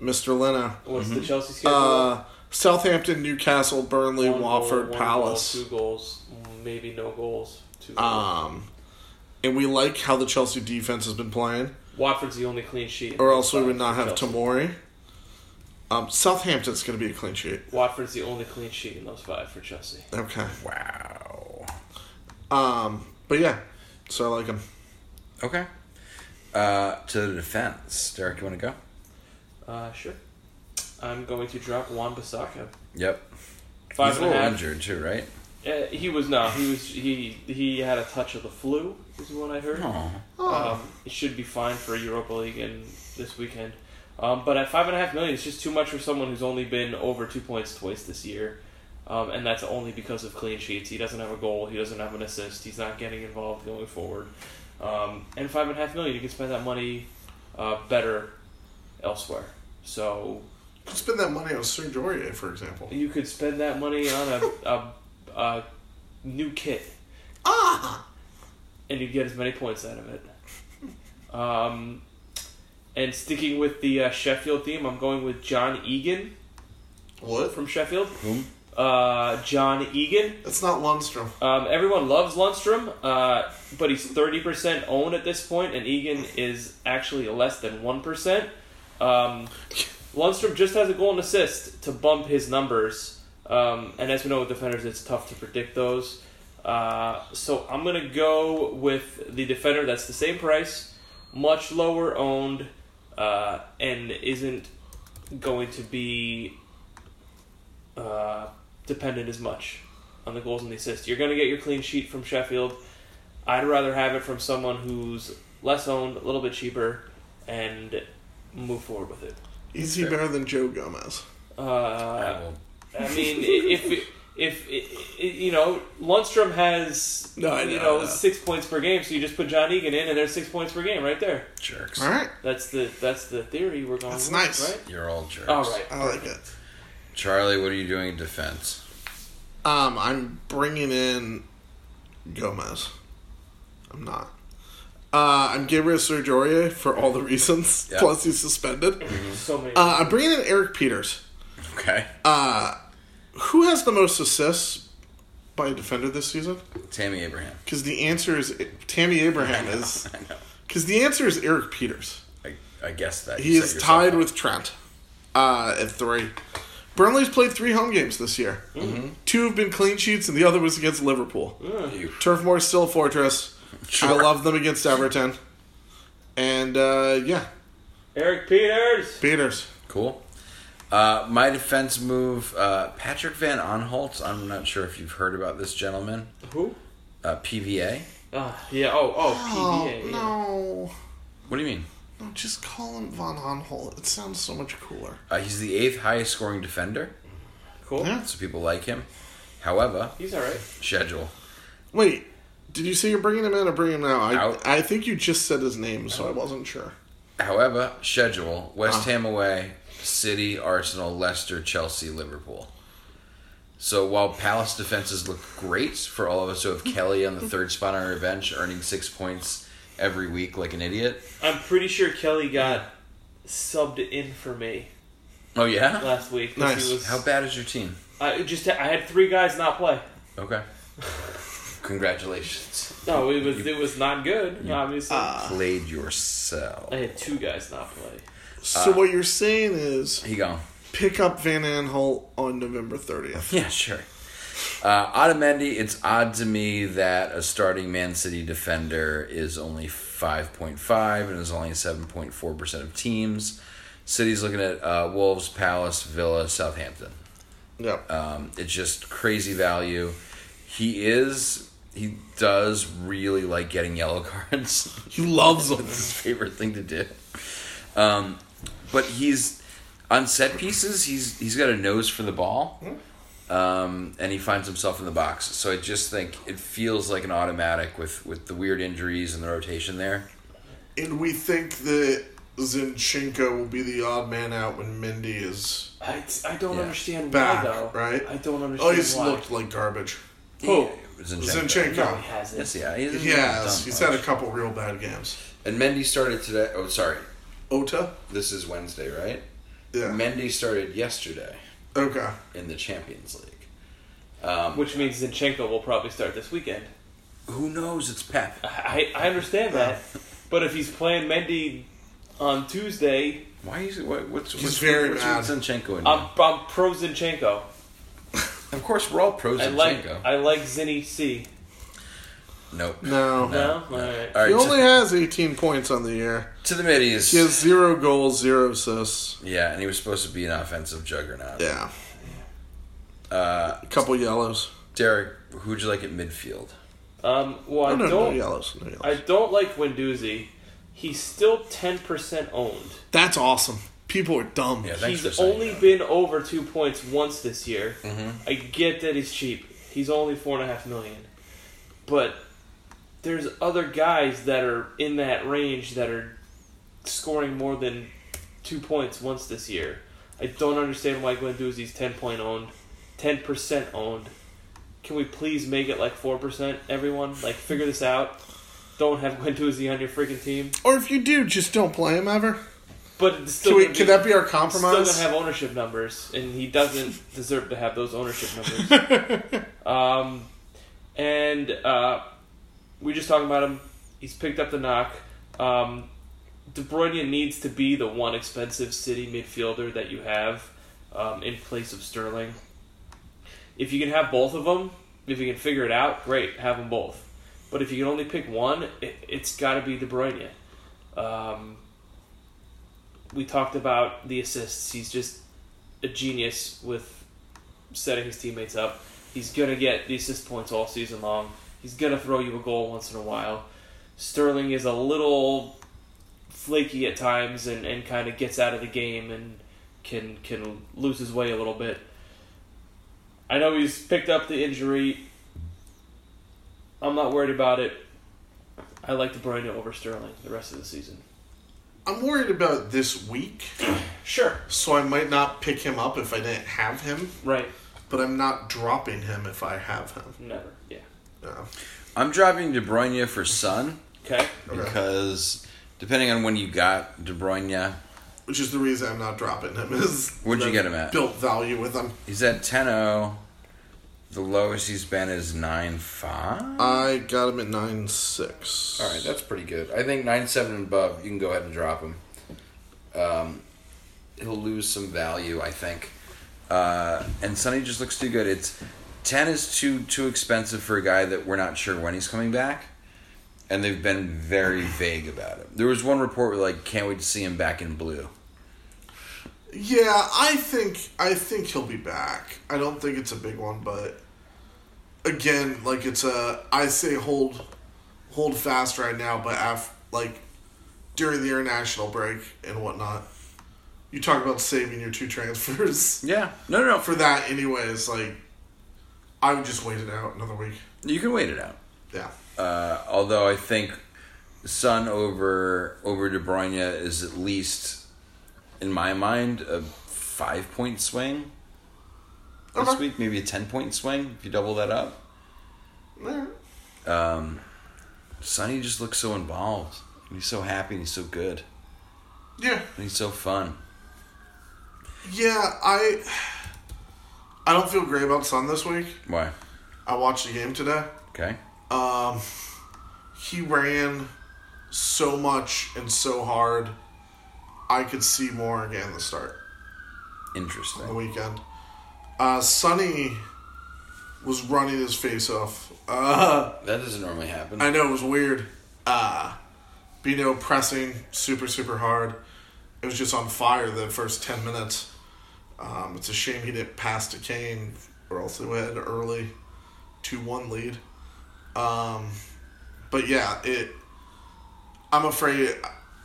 Mr. Lena. What's the Chelsea schedule? Mm-hmm. Uh, Southampton, Newcastle, Burnley, One goal, Watford, one goal, Palace. two goals, maybe no goals. Two goals. Um, and we like how the Chelsea defense has been playing, Watford's the only clean sheet. or else we would not have Chelsea. Tamori. Um, Southampton's going to be a clean sheet. Watford's the only clean sheet in those five for Chelsea. Okay. Wow. Um, but yeah, so I like him. Okay. Uh, to the defense, Derek, you want to go? Uh, sure. I'm going to drop Juan Bissaka. Yep. Five He's a and a little half. injured too, right? Uh, he was not. He was. He he had a touch of the flu. Is what I heard. Oh. Um, it should be fine for Europa League and this weekend. Um, but at five and a half million, it's just too much for someone who's only been over two points twice this year, um, and that's only because of clean sheets. He doesn't have a goal. He doesn't have an assist. He's not getting involved going forward. Um, and five and a half million, you can spend that money uh, better elsewhere. So Could spend that money on Serge Aurier, for example. you could spend that money on a, a, a new kit. Ah! and you get as many points out of it. Um, and sticking with the uh, Sheffield theme, I'm going with John Egan What? from Sheffield. Whom? Uh, John Egan. That's not Lundstrom. Um, everyone loves Lundstrom, uh, but he's 30% owned at this point, and Egan is actually less than 1%. Um, Lundstrom just has a goal and assist to bump his numbers, um, and as we know with defenders, it's tough to predict those. Uh, so I'm going to go with the defender that's the same price, much lower owned, uh, and isn't going to be uh, dependent as much on the goals and the assists. You're going to get your clean sheet from Sheffield. I'd rather have it from someone who's less owned, a little bit cheaper, and move forward with it. Is he better than Joe Gomez? Uh, I mean, i- if it- if i- i- you know Lundstrom has No, I you know, know I know. six points per game, so you just put John Egan in, and there's six points per game right there. Jerks. All right. That's the that's the theory we're going. That's with, nice. right? You're all jerks. All right. I like it. Charlie, what are you doing in defense? Um, I'm bringing in Gomez. I'm not. Uh, I'm getting rid of Serge Aurier for all the reasons. Yeah. Plus, he's suspended. So many. Uh, I'm bringing in Eric Peters. Okay. Uh, Who has the most assists by a defender this season? Tammy Abraham. Because the answer is Tammy Abraham is. I know. Because the answer is Eric Peters. I, I guess that. He You set is yourself tied up. with Trent uh, at three. Burnley's played three home games this year. Mm-hmm. Two have been clean sheets, and the other was against Liverpool. you. Turf Moor is still a fortress. Sure. I love them against Everton. And uh, yeah, Eric Peters. Peters. Cool. Uh, my defense move, uh, Patrick Van Onholtz. I'm not sure if you've heard about this gentleman. Who? Uh, PVA. Uh, yeah. Oh. Oh. PBA. yeah. no. What do you mean? No, just call him Von Honholt. It sounds so much cooler. Uh, he's the eighth highest scoring defender, Cool. Yeah. so people like him. However, He's all right. schedule. Wait, did you say you're bringing him in or bringing him out? I, Out. I think you just said his name, so I wasn't sure. However, schedule. West Ham away, City, Arsenal, Leicester, Chelsea, Liverpool. So while Palace defenses look great for all of us who have Kelly on the third spot on our bench, earning six points every week like an idiot. I'm pretty sure Kelly got subbed in for me Oh yeah. last week. 'cause Nice. He was, How bad is your team? I just I had three guys not play. Okay. Congratulations. No, it was it was not good. obviously, Ah. Played yourself. I had two guys not play. Uh, So what you're saying is He gone. pick up Van Anholt on November 30th. Yeah, sure. Uh, Otamendi, it's odd to me that a starting Man City defender is only 5.5 and is only 7.4% of teams. City's looking at uh, Wolves, Palace, Villa, Southampton. Yep. Um, it's just crazy value. He is, he does really like getting yellow cards. he loves him. his favorite thing to do. Um, but he's on set pieces. He's he's got a nose for the ball, um, and he finds himself in the box. So I just think it feels like an automatic with with the weird injuries and the rotation there. And we think that Zinchenko will be the odd man out when Mindy is I, I don't Yeah. understand back, why though. right? I don't understand Oh, he's why. looked like garbage. Who? Zinchenko. Zinchenko. He has it. Yes, yeah, he's, He has. done He's had a much. couple real bad games. And Mendy started today. Oh, sorry. Ota? This is Wednesday, right? Yeah. Mendy started yesterday Okay. in the Champions League. Which means Zinchenko will probably start this weekend. Who knows? It's Pep. I, I understand that, but if he's playing Mendy on Tuesday, Why is it? What, what's He's what's, very what's mad. with Zinchenko in I'm, I'm pro Zinchenko. here? Of course, we're all pro I like Zinchenko. I like Zinny C. nope. No. No, all right. All right. He only to, has 18 points on the year. to the middies. He has zero goals, zero assists. Yeah, and he was supposed to be an offensive juggernaut. Yeah. Uh, a couple yellows. Derek, who'd you like at midfield? Um, well, I no, no, no don't yellows. No yellows. I don't like Windoozy. He's still ten percent owned. That's awesome. People are dumb. Yeah, thanks for He's saying only that. been over two points once this year. Mm-hmm. I get that he's cheap. He's only four and a half million, but there's other guys that are in that range that are scoring more than two points once this year. I don't understand why Gwendouzi's ten point owned, ten percent owned. Can we please make it like four percent? Everyone, like figure this out. Don't have Gwendouzi on your freaking team. Or if you do, just don't play him ever. But it's still Can, we, gonna can that be our compromise? Still gonna have ownership numbers, and he doesn't deserve to have those ownership numbers. um, and uh, we just talking about him. He's picked up the knock. Um, De Bruyne needs to be the one expensive city midfielder that you have um, in place of Sterling. If you can have both of them, if you can figure it out, great, have them both. But if you can only pick one, it, it's got to be De Bruyne. Um, we talked about the assists. He's just a genius with setting his teammates up. He's gonna get the assist points all season long. He's gonna throw you a goal once in a while. Sterling is a little flaky at times and, and kind of gets out of the game and can can lose his way a little bit. I know he's picked up the injury. I'm not worried about it. I like De Bruyne over Sterling the rest of the season. I'm worried about this week, Sure. so I might not pick him up if I didn't have him, Right. but I'm not dropping him if I have him. Never. Yeah. No. I'm dropping De Bruyne for Son Okay. because depending on when you got De Bruyne, Which is the reason I'm not dropping him. Is What'd you the get him at? Built value with him. he's at 10-0. The lowest he's been is 9-5. I got him at nine six. All right, that's pretty good. I think nine seven and above, you can go ahead and drop him. Um, he'll lose some value, I think. Uh, and Sonny just looks too good. It's ten is too too expensive for a guy that we're not sure when he's coming back, and they've been very vague about it. There was one report where, like, can't wait to see him back in blue. Yeah, I think I think he'll be back. I don't think it's a big one, but again, like it's a I say hold hold fast right now, but af like during the international break and whatnot, you talk about saving your two transfers Yeah, no, no, no. for that. Anyways, like I would just wait it out another week. you can wait it out. Yeah, Uh, although I think Sun over over De Bruyne is at least, in my mind, a five point swing this Okay. week, maybe a ten point swing if you double that up. Alright. Sonny just looks so involved. And he's so happy and he's so good. yeah, And he's so fun. yeah. I I don't feel great about Sun this week. Why? I watched the game today. Okay. um, he ran so much and so hard. I could see more again the start on the Interesting. weekend. Uh, Sonny was running his face off. Uh, That doesn't normally happen. I know it was weird. Uh, Bino pressing super super hard. It was just on fire the first ten minutes. Um, it's a shame he didn't pass to Kane, or else they would have had an early two one lead. Um, but yeah, it. I'm afraid.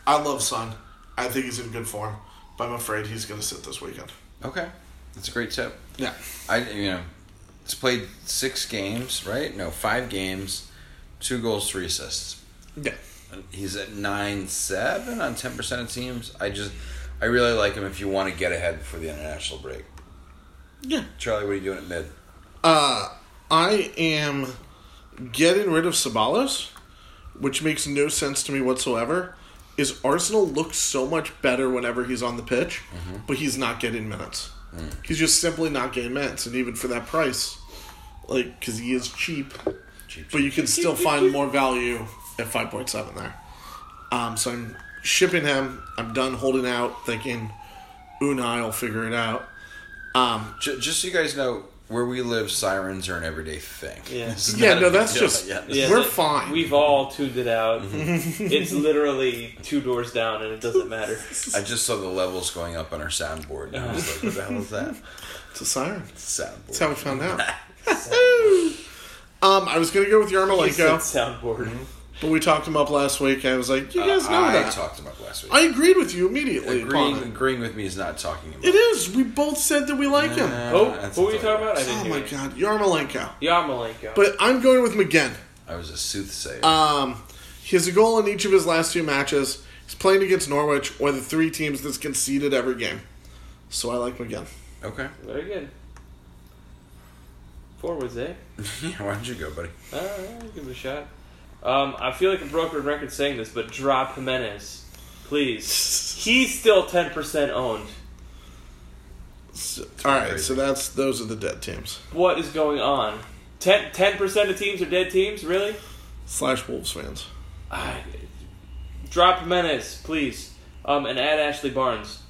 I love Son. I think he's in good form, but I'm afraid he's gonna sit this weekend. Okay. That's a great tip. Yeah. I you know, it's played six games, right? No, five games, two goals, three assists. Yeah. He's at nine seven on ten percent of teams. I just, I really like him. If you want to get ahead before the international break, Yeah. Charlie, what are you doing at mid? Uh, I am getting rid of Sabalos, which makes no sense to me whatsoever. Is Arsenal looks so much better whenever he's on the pitch, but he's not getting minutes. He's just simply not getting minutes, and even for that price, like because he is cheap, Cheap, but you can still find more value at five point seven there. Um, so I'm shipping him. I'm done holding out, thinking Unai will figure it out. Um, J- just so you guys know, where we live, sirens are an everyday thing. Yeah. It's yeah, not a no, big that's deal. just Yeah, this Yeah, is- we're like, fine. Mm-hmm. We've all tuned it out. it's literally two doors down, and it doesn't matter. I just saw the levels going up on our soundboard, and I was like, "What the hell is that?" It's a siren. Soundboard. That's how we found out. um, I was gonna go with It's Uh, that Yarmolenko, soundboard. but we talked him up last week. I was like, you guys know Uh, I that. talked about last week. I agreed with you immediately. agreeing, Upon it. agreeing with me is not talking about it is. We both said that we like him. Nah, Oh, that's who were you not talking about? I didn't oh hear my you. god, Yarmolenko. Yarmolenko. But I'm going with McGinn. I was a soothsayer. Um, he has a goal in each of his last two matches. He's playing against Norwich, one of the three teams that's conceded every game. So I like McGinn. okay. Very good. Forwards, eh? Yeah, why don't you go, buddy? Uh, I'll give it a shot. Um, I feel like a broken record saying this, but drop Jimenez, please. He's still ten percent owned. So- all right, so that's those are the dead teams What is going on? 10 percent of teams are dead teams, really? slash Wolves fans. I, drop Jimenez, please, um, and add Ashley Barnes.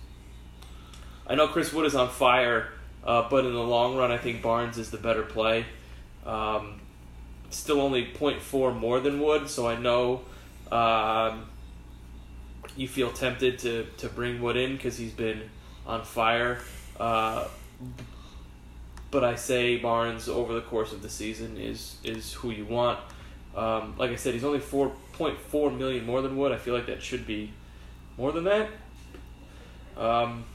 I know Chris Wood is on fire, uh, but in the long run, I think Barnes is the better play. Um, still only 0.4 more than Wood, so I know um, you feel tempted to, to bring Wood in because he's been on fire. Uh, but I say Barnes over the course of the season is is who you want. Um, like I said, he's only four point four million more than Wood. I feel like that should be more than that. Um,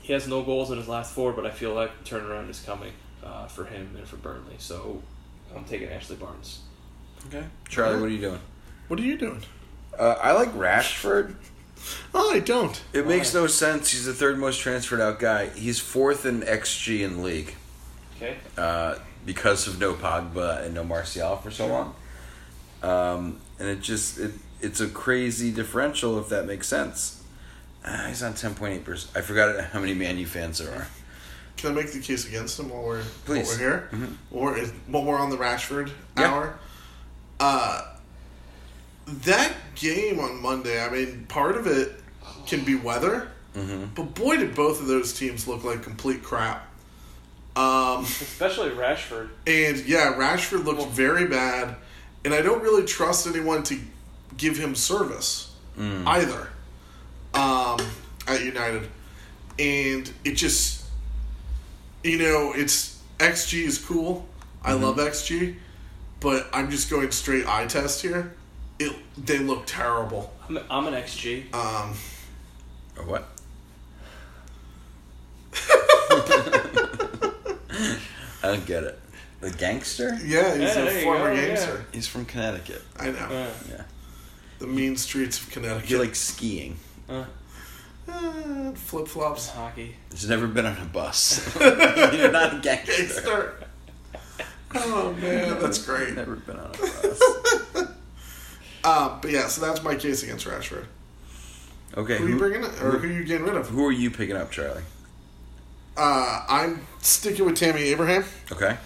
he has no goals in his last four, but I feel like the turnaround is coming uh, for him and for Burnley. So I'm taking Ashley Barnes. Okay. Charlie, what are you doing? What are you doing? Uh, I like Rashford. Oh, I don't. It makes no sense. He's the third most transferred out guy. He's fourth in XG in league Okay. uh, because of no Pogba and no Martial for so long. Um, and it just it it's a crazy differential if that makes sense. Uh, he's on ten point eight percent. I forgot how many Man U fans there are. Can I make the case against him while we're Please. Mm-hmm. while we're here, or is, while we're on the Rashford Yeah. hour? Uh, that game on Monday. I mean, part of it can be weather, Mm-hmm. but boy, did both of those teams look like complete crap. Um, Especially Rashford. and yeah, Rashford looked very bad, and I don't really trust anyone to give him service either um, at United. And it just, you know, it's XG is cool. I love XG, but I'm just going straight eye test here. It they look terrible. I'm, I'm an XG. Um, Or what? I don't get it. The gangster? yeah, he's Yeah, there a you former go, yeah. gangster. He's from Connecticut. I know Uh, Yeah. the mean streets of He Connecticut. Ah, likes skiing. uh, flip flops. hockey. He's never been on a bus. You're not a gangster. Gangster. Oh man, that's great. Never been on a bus. Uh, but yeah, so that's my case against Rashford. Okay. Who are you Who, bringing in, or who are you getting rid of? who are you picking up, Charlie? Uh, I'm sticking with Tammy Abraham Okay.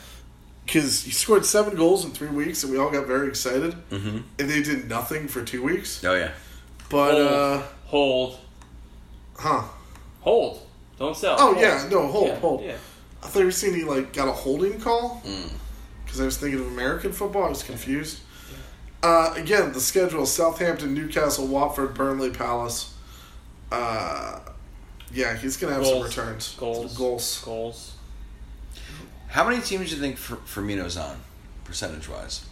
because he scored seven goals in three weeks, and we all got very excited. Mm-hmm. And they did nothing for two weeks. Oh yeah. But Hold. uh, Hold. huh? Hold. Don't sell. Oh Hold. yeah, no hold, Yeah, hold. Yeah. I thought you were saying he like got a holding call because I was thinking of American football. I was confused. Uh, again, the schedule: Southampton, Newcastle, Watford, Burnley, Palace. Uh, yeah, he's gonna have some Goals. returns. Goals. goals. Goals. How many teams do you think Fer- Firmino's on, percentage wise?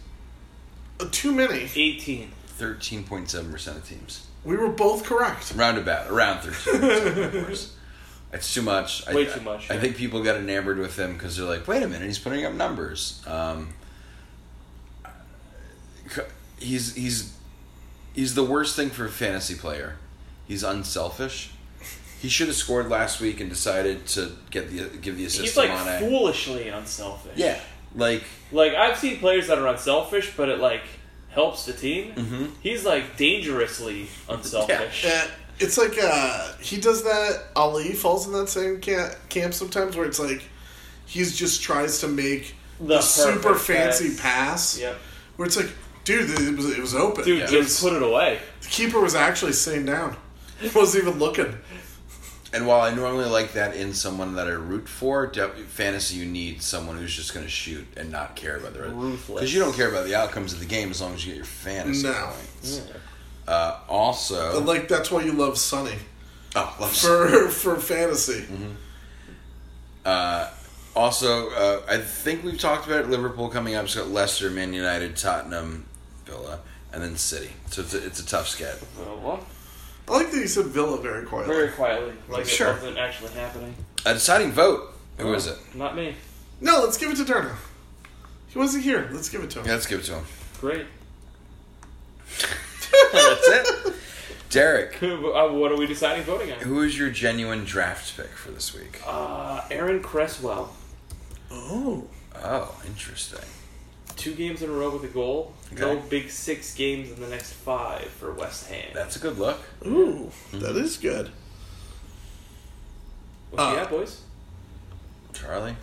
Uh, too many. 18. Thirteen point seven percent of teams. We were both correct. Roundabout, around thirteen. of course. It's too much. Way I, too much, I yeah. think people got enamored with him because they're like, "Wait a minute, he's putting up numbers." Um, c- he's he's he's the worst thing for a fantasy player. He's unselfish. He should have scored last week and decided to get the give the assist He's to like Mane. foolishly unselfish. Yeah, Like, Like I've seen players that are unselfish, but it like helps the team. Mm-hmm. He's like dangerously unselfish. Uh, it's like uh, he does that. Ali falls in that same camp, camp sometimes, where it's like he's just tries to make the, super perfect fancy pass. pass. Yep. Where it's like, dude, it was, it was open. Dude, It just was- put it away. the keeper was actually sitting down. He wasn't even looking. and while I normally like that in someone that I root for, de- fantasy you need someone who's just going to shoot and not care about the Ruthless. because you don't care about the outcomes of the game as long as you get your fantasy No. points. Uh, also, And like that's why you love Sonny oh, love- for for fantasy. also uh, I think we've talked about it, Liverpool coming up. It's got Leicester, Man United, Tottenham, Villa, and then City. So it's a, it's a tough schedule. Oh, well, I like that you said Villa very quietly. very quietly, like Sure. it wasn't actually happening. A deciding vote. Who is it? Not me. No, let's give it to Darno. He wasn't here. Let's give it to him. Yeah, let's give it to him. Great. That's it. Derek, Who- uh, what are we deciding voting on? who is your genuine draft pick for this week? Uh, Aaron Cresswell, Oh, Oh, interesting. two games in a row with a goal. No Okay. big six games in the next five for West Ham. That's a good look. ooh, that is good. What you uh, got, boys? Charlie.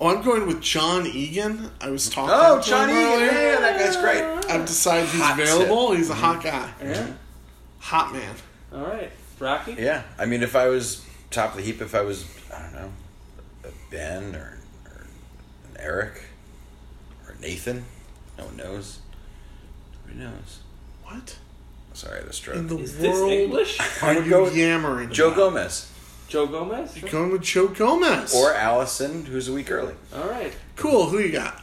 Oh, I'm going with John Egan. I was talking. Oh, to Johnny! him earlier. Yeah, that guy's great. I've decided he's Hot tip. Mm-hmm. available. He's a hot guy, Yeah. hot man. All right, Rocky. Yeah, I mean, if I was top of the heap, if I was, I don't know, a Ben or, or an Eric or Nathan, no one knows. Who knows? What Sorry, I had a in stroke. the Is this world English? are I'm going you with yammering? Joe about? Gomez Joe Gomez. Sure. Going with Joe Gomez. or Allison, who's a week early. All right, cool. Who you got?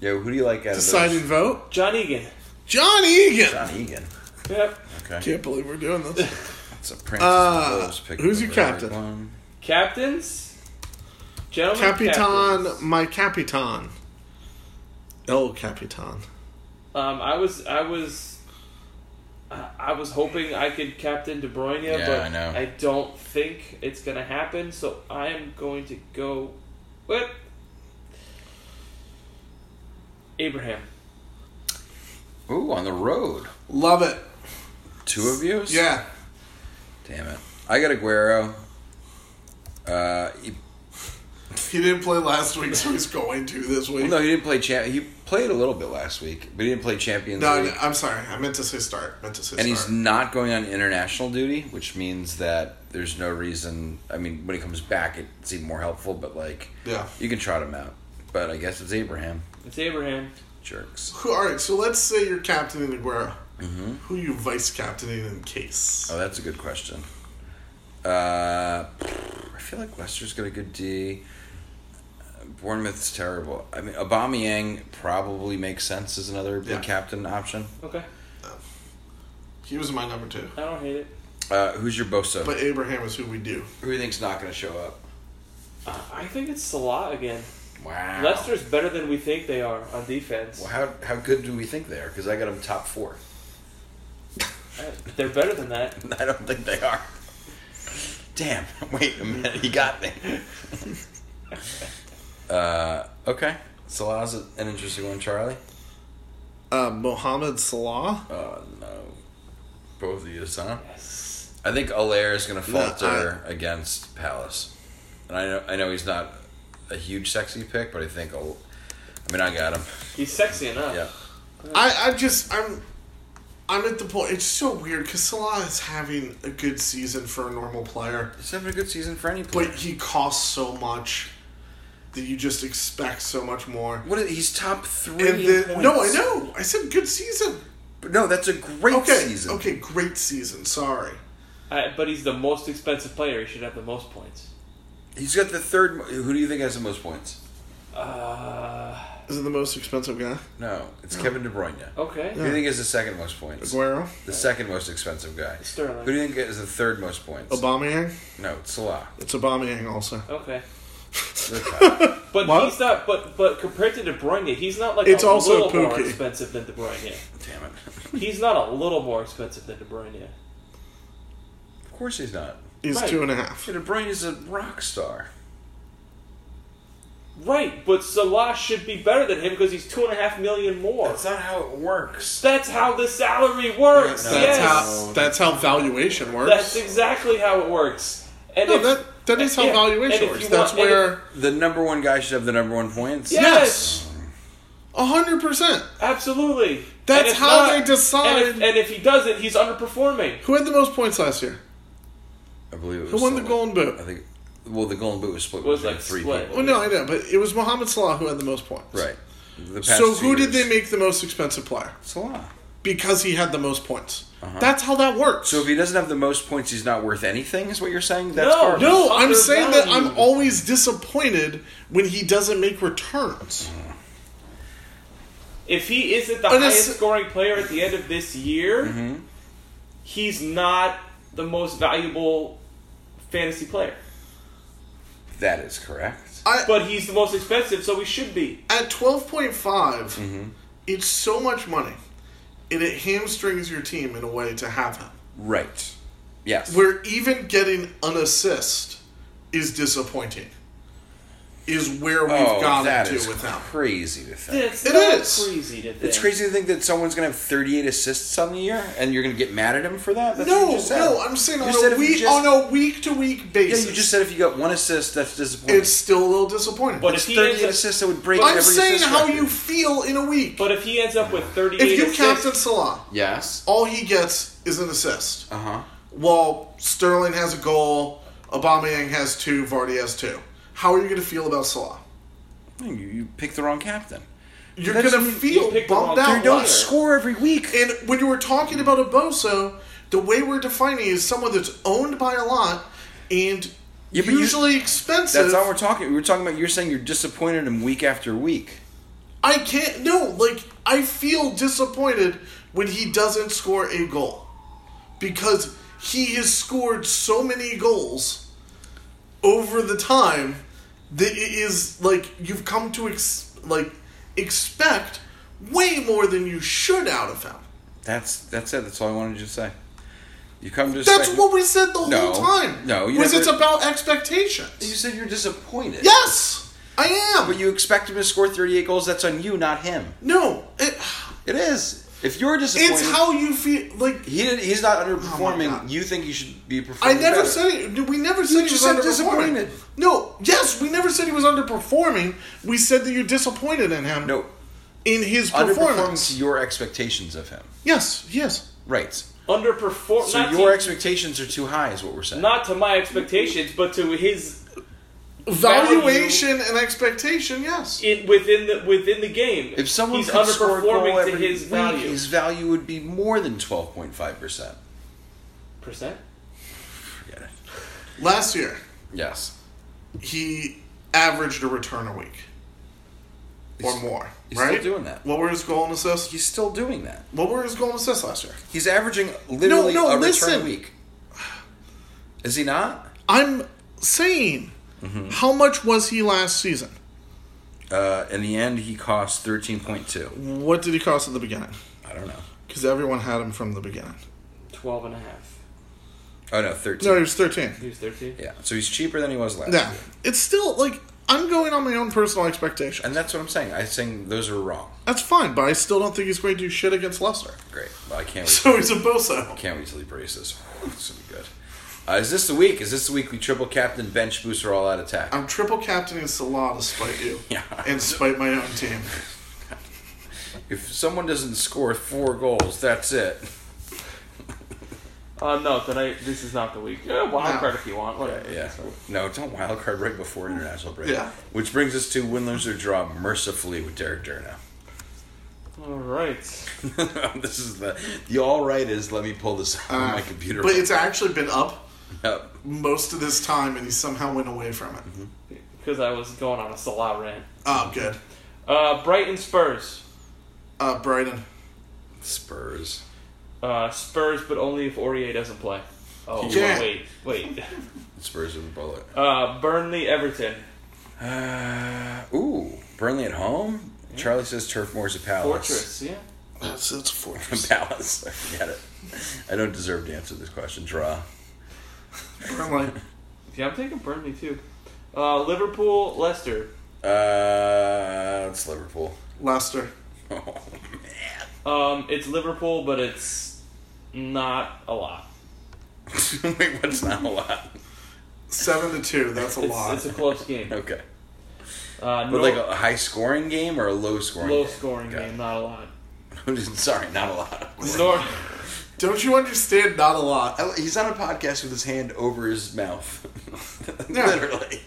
Yo, who do you like out of Deciding those? vote. John Egan. John Egan. John Egan. Yep. Okay, Can't believe we're doing this. it's a Princess Uh, Wolves pick. who's your number captain? one. Captains. Gentlemen. Capitan, captains. my Capitan. El Capitan. Um, I was, I was, I I was hoping I could captain De Bruyne, Yeah, but I know. don't think it's gonna happen. So I am going to go with Abraham. Ooh, on the road. Love it. Two of you? Yeah. Damn it. I got Aguero. Uh, he, He didn't play last week, so he's going to this week. no, he didn't play. Champ- he played a little bit last week, but he didn't play Champions No, League. no, I'm sorry. I meant to say start. Meant to say and he's start. not going on international duty, which means that there's no reason. I mean, when he comes back, it's even more helpful. But like, yeah. you can trot him out. But I guess it's Abraham. It's Abraham. Jerks. Who, all right. So let's say you're captaining Aguero. Who you vice captaining in case? Oh, that's a good question. Uh, I feel like Lester's got a good D. Bournemouth's terrible. I mean, Aubameyang probably makes sense as another big Yeah. captain option. Okay, He was my number two, I don't hate it. Uh, who's your Bosa? but Abraham is who we do. Who do you think's not going to show up? Uh, I think it's Salah again. Wow. Leicester's better than we think they are on defense. Well, how how good do we think they are? Because I got them top four. Uh, They're better than that. I don't think they are. Damn! Wait a minute, he got me. uh, okay, Salah's an interesting one, Charlie. Uh, Mohamed Salah. Oh no, both of you, huh? Yes. I think Allaire is going to No, falter against Palace, and I know I know he's not a huge sexy pick, but I think Al- I mean I got him. He's sexy enough. Yeah, I, I just I'm I'm at the point. It's so weird because Salah is having a good season for a normal player, he's having a good season for any player. but he costs so much that you just expect so much more. What? Is, he's top three. And in then, no, I points. know. I said good season. But no, that's a great Okay, season. okay, great season. Sorry. I, Uh, but he's the most expensive player. He should have the most points. He's got the third. mo- Who do you think has the most points? Uh, Is it the most expensive guy? No, it's Kevin De Bruyne. okay. Who do you think has the second most points? Aguero, The second most expensive guy. Sterling. Who do you think is the third most points? Aubameyang. No, it's Salah. It's Aubameyang also. Okay. Okay. But What? he's not. But but compared to De Bruyne, he's not like It's a also little more Pookie. expensive than De Bruyne. Damn it. He's not a little more expensive than De Bruyne. Of course he's not. He's Right. two and a half. Yeah, De Bruyne is a rock star. Right, but Salah should be better than him because he's two and a half million more. That's not how it works. That's how the salary works. That's That's yes, how that's how valuation works. that's exactly how it works. And no, if- that that is how yeah, and valuation if works. you That's want- and where The number one guy should have the number one points. Yeah. yes, a hundred percent. Absolutely. That's And if how not- they decide. And if, and if he doesn't, he's underperforming. Who had the most points last year? I believe it Who was. won the Salah. Golden I Boot? think. Well, the golden boot was split Was, between like, three split. people. Well, no, I know, but it was Mohamed Salah who had the most points. Right. The past So two who did years. they make the most expensive player? Salah. Because he had the most points. That's how that works. Uh-huh. So if he doesn't have the most points, he's not worth anything. Is what you're saying? That's No, garbage. no, I'm saying that I'm Undervalued. always disappointed when he doesn't make returns. If he isn't the But it's- highest scoring player at the end of this year, Mm-hmm. he's not the most valuable fantasy player. That is correct. I, But he's the most expensive, so he should be. Uh-huh. at 12.5, Mm-hmm. it's so much money. And it hamstrings your team in a way to have him. Right. Yes. where even getting an assist is disappointing is where we've oh, gotten that to is with them. crazy to think. That's It not is. crazy to think. It's crazy to think that someone's going to have 38 assists on the year, and you're going to get mad at him for that. That's what No, you just said. no, I'm saying You on said a, if you week, just- on a week-to-week Yeah, basis. you just said if you got one assist, that's disappointing. it's still a little disappointing. But It's if he 38 ends up, assists that would break. I'm every saying assist how record. you feel in a week. but if he ends up with 38 if you assists, captain Salah, Yes. all he gets is an assist. Uh huh. While Sterling has a goal, Aubameyang has two, Vardy has two. How are you going to feel about Salah? Oh, You, you picked the wrong captain. You're That's- going to you- you feel picked the bummed wrong- out. They don't by it. score every week. And when you were talking about a boso, the way we're defining is someone that's owned by a lot and Yeah, but you- usually expensive. That's all we're talking. We were talking about. You're saying you're disappointed in week after week. I can't. No, like I feel disappointed when he doesn't score a goal because he has scored so many goals over the time that it is like you've come to ex- like expect way more than you should out of him. That's that's it. That's all I wanted you to say. You come to. That's expect- what we said the No. whole time. No, you was never- it's about You expectations. said you're disappointed. Yes, I am. But you expect him to score 38 goals. That's on you, not him. no, it, It is. If you're disappointed, it's how you feel. Like he did, he's not underperforming. Oh my God. you think he should be I performing. never better. said it. We never said he was just said underperforming. disappointed. No, yes, we never said he was underperforming. We said that you're disappointed in him. No, in his underperforming to performance. your expectations of him. Yes, yes. Right. underperform. So not, your to, expectations are too high, is what we're saying. not to my expectations, but to his Value. Valuation and expectation. Yes. in, within the within the game. if someone's he's underperforming underperforming to every his week, value his value would be more than 12.5%. percent. Forget it. Last year, Yes. he averaged a return a week or He's- more. he's right? still doing that. What were his goal and assists? He's still doing that. What were his goal and assists last year? He's averaging literally a no, listen. return week. Is he not? I'm saying, how much was he last season? Uh, in the end, he cost 13.2. What did he cost at the beginning? I don't know. Because everyone had him from the beginning. 12 and a half. Oh, no, 13. No, he was 13. He was 13? Yeah, so he's cheaper than he was last Yeah. year. It's still, like, I'm going on my own personal expectation. And that's what I'm saying. I'm saying those are wrong. That's fine, but I still don't think he's going to do shit against Leicester. Great. Well, I can't wait. So he's a bozo. Can't wait till he braces. This will be good. Uh, is this the week? Is this the week we triple captain bench booster all out attack? I'm triple captaining Salah to spite you. Yeah. And spite my own team. If someone doesn't score four goals, that's it. Uh, no, tonight, this is not the week. Yeah, wild No. card if you want. Whatever. Yeah. It's fine. No, don't wild card right before international break. Yeah. Which brings us to win, lose, or draw mercifully with Derek Durna. All right. this is the the all right is let me pull this out of Ah, my computer. Uh, But it's actually been up Yep. most of this time, and he somehow went away from it. Mm-hmm. Because I was going on a Salah rant. Oh, good. Uh, Brighton Spurs. Uh, Brighton. Spurs. Uh, Spurs, but only if Aurier doesn't play. Oh, Yeah. wait, wait. Spurs with a bullet. Uh, Burnley Everton. Uh, ooh, Burnley at home. Charlie says Turf Moor's a palace. Fortress, yeah. That's, that's a fortress. Palace. I forget it. I don't deserve to answer this question. Draw. Burnley. Yeah, I'm taking Burnley too. Uh, Liverpool Leicester. Uh, it's Liverpool. Leicester. Oh, Um, it's Liverpool, but it's not a lot. man. Wait, what's not a lot? Seven to two. That's a It's, lot. it's a close game. Okay. Uh, But no, like a high scoring game or a low scoring low game? scoring Okay. game, not a lot. Sorry, not a lot. Nor- Don't you understand? Not a lot. I- He's on a podcast with his hand over his mouth. Yeah. Literally.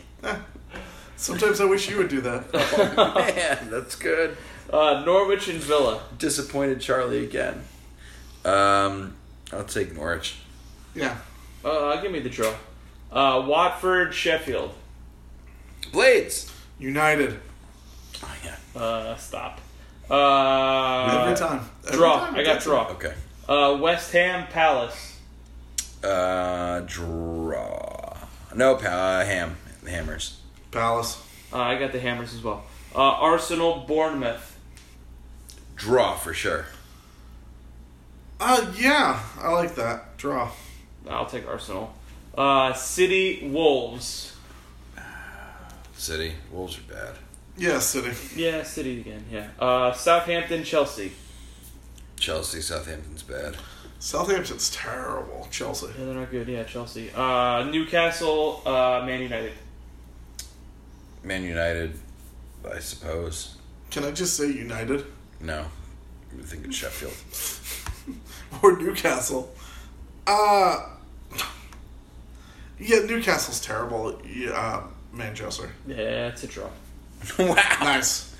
Sometimes I wish you would do that. Oh, man, that's good. uh, Norwich and Villa. Disappointed Charlie again. Um, I'll take Norwich. Yeah. Uh, give me the draw. Uh, Watford, Sheffield. Blades. United. Oh yeah. Uh, stop. Uh, Every time. Every Draw. time I it got gets- draw. Okay. Uh, West Ham, Palace. Uh, draw. No, pa- uh, ham. The hammers. Palace. Uh, I got the Hammers as well. Uh, Arsenal, Bournemouth. Draw for sure. Uh, yeah. I like that. Draw. I'll take Arsenal. Uh, City, Wolves. City Wolves are bad. Yeah, City. Yeah, City again. Yeah. Uh, Southampton, Chelsea. Chelsea Southampton's bad. Southampton's terrible. Chelsea. Yeah, they're not good. Yeah, Chelsea. Uh, Newcastle, uh, Man United. Man United, I suppose. Can I just say United No, I think it's Sheffield. or Newcastle? Uh, yeah, Newcastle's terrible. Yeah, uh, Manchester. Yeah, it's a draw. wow. Nice.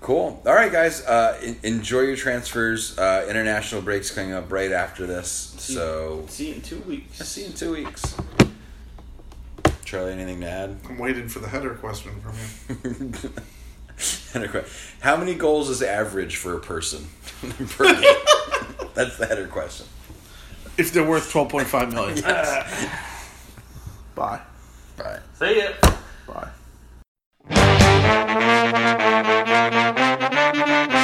Cool. All right, guys. Uh, en- enjoy your transfers. Uh, international breaks coming up right after this, so See you in two weeks. see you in two weeks. Charlie, anything to add? I'm waiting for the header question from you. And a que- How many goals is average for a person per game? That's the header question. If they're worth 12.5 million. Bye. Bye. See ya. Bye.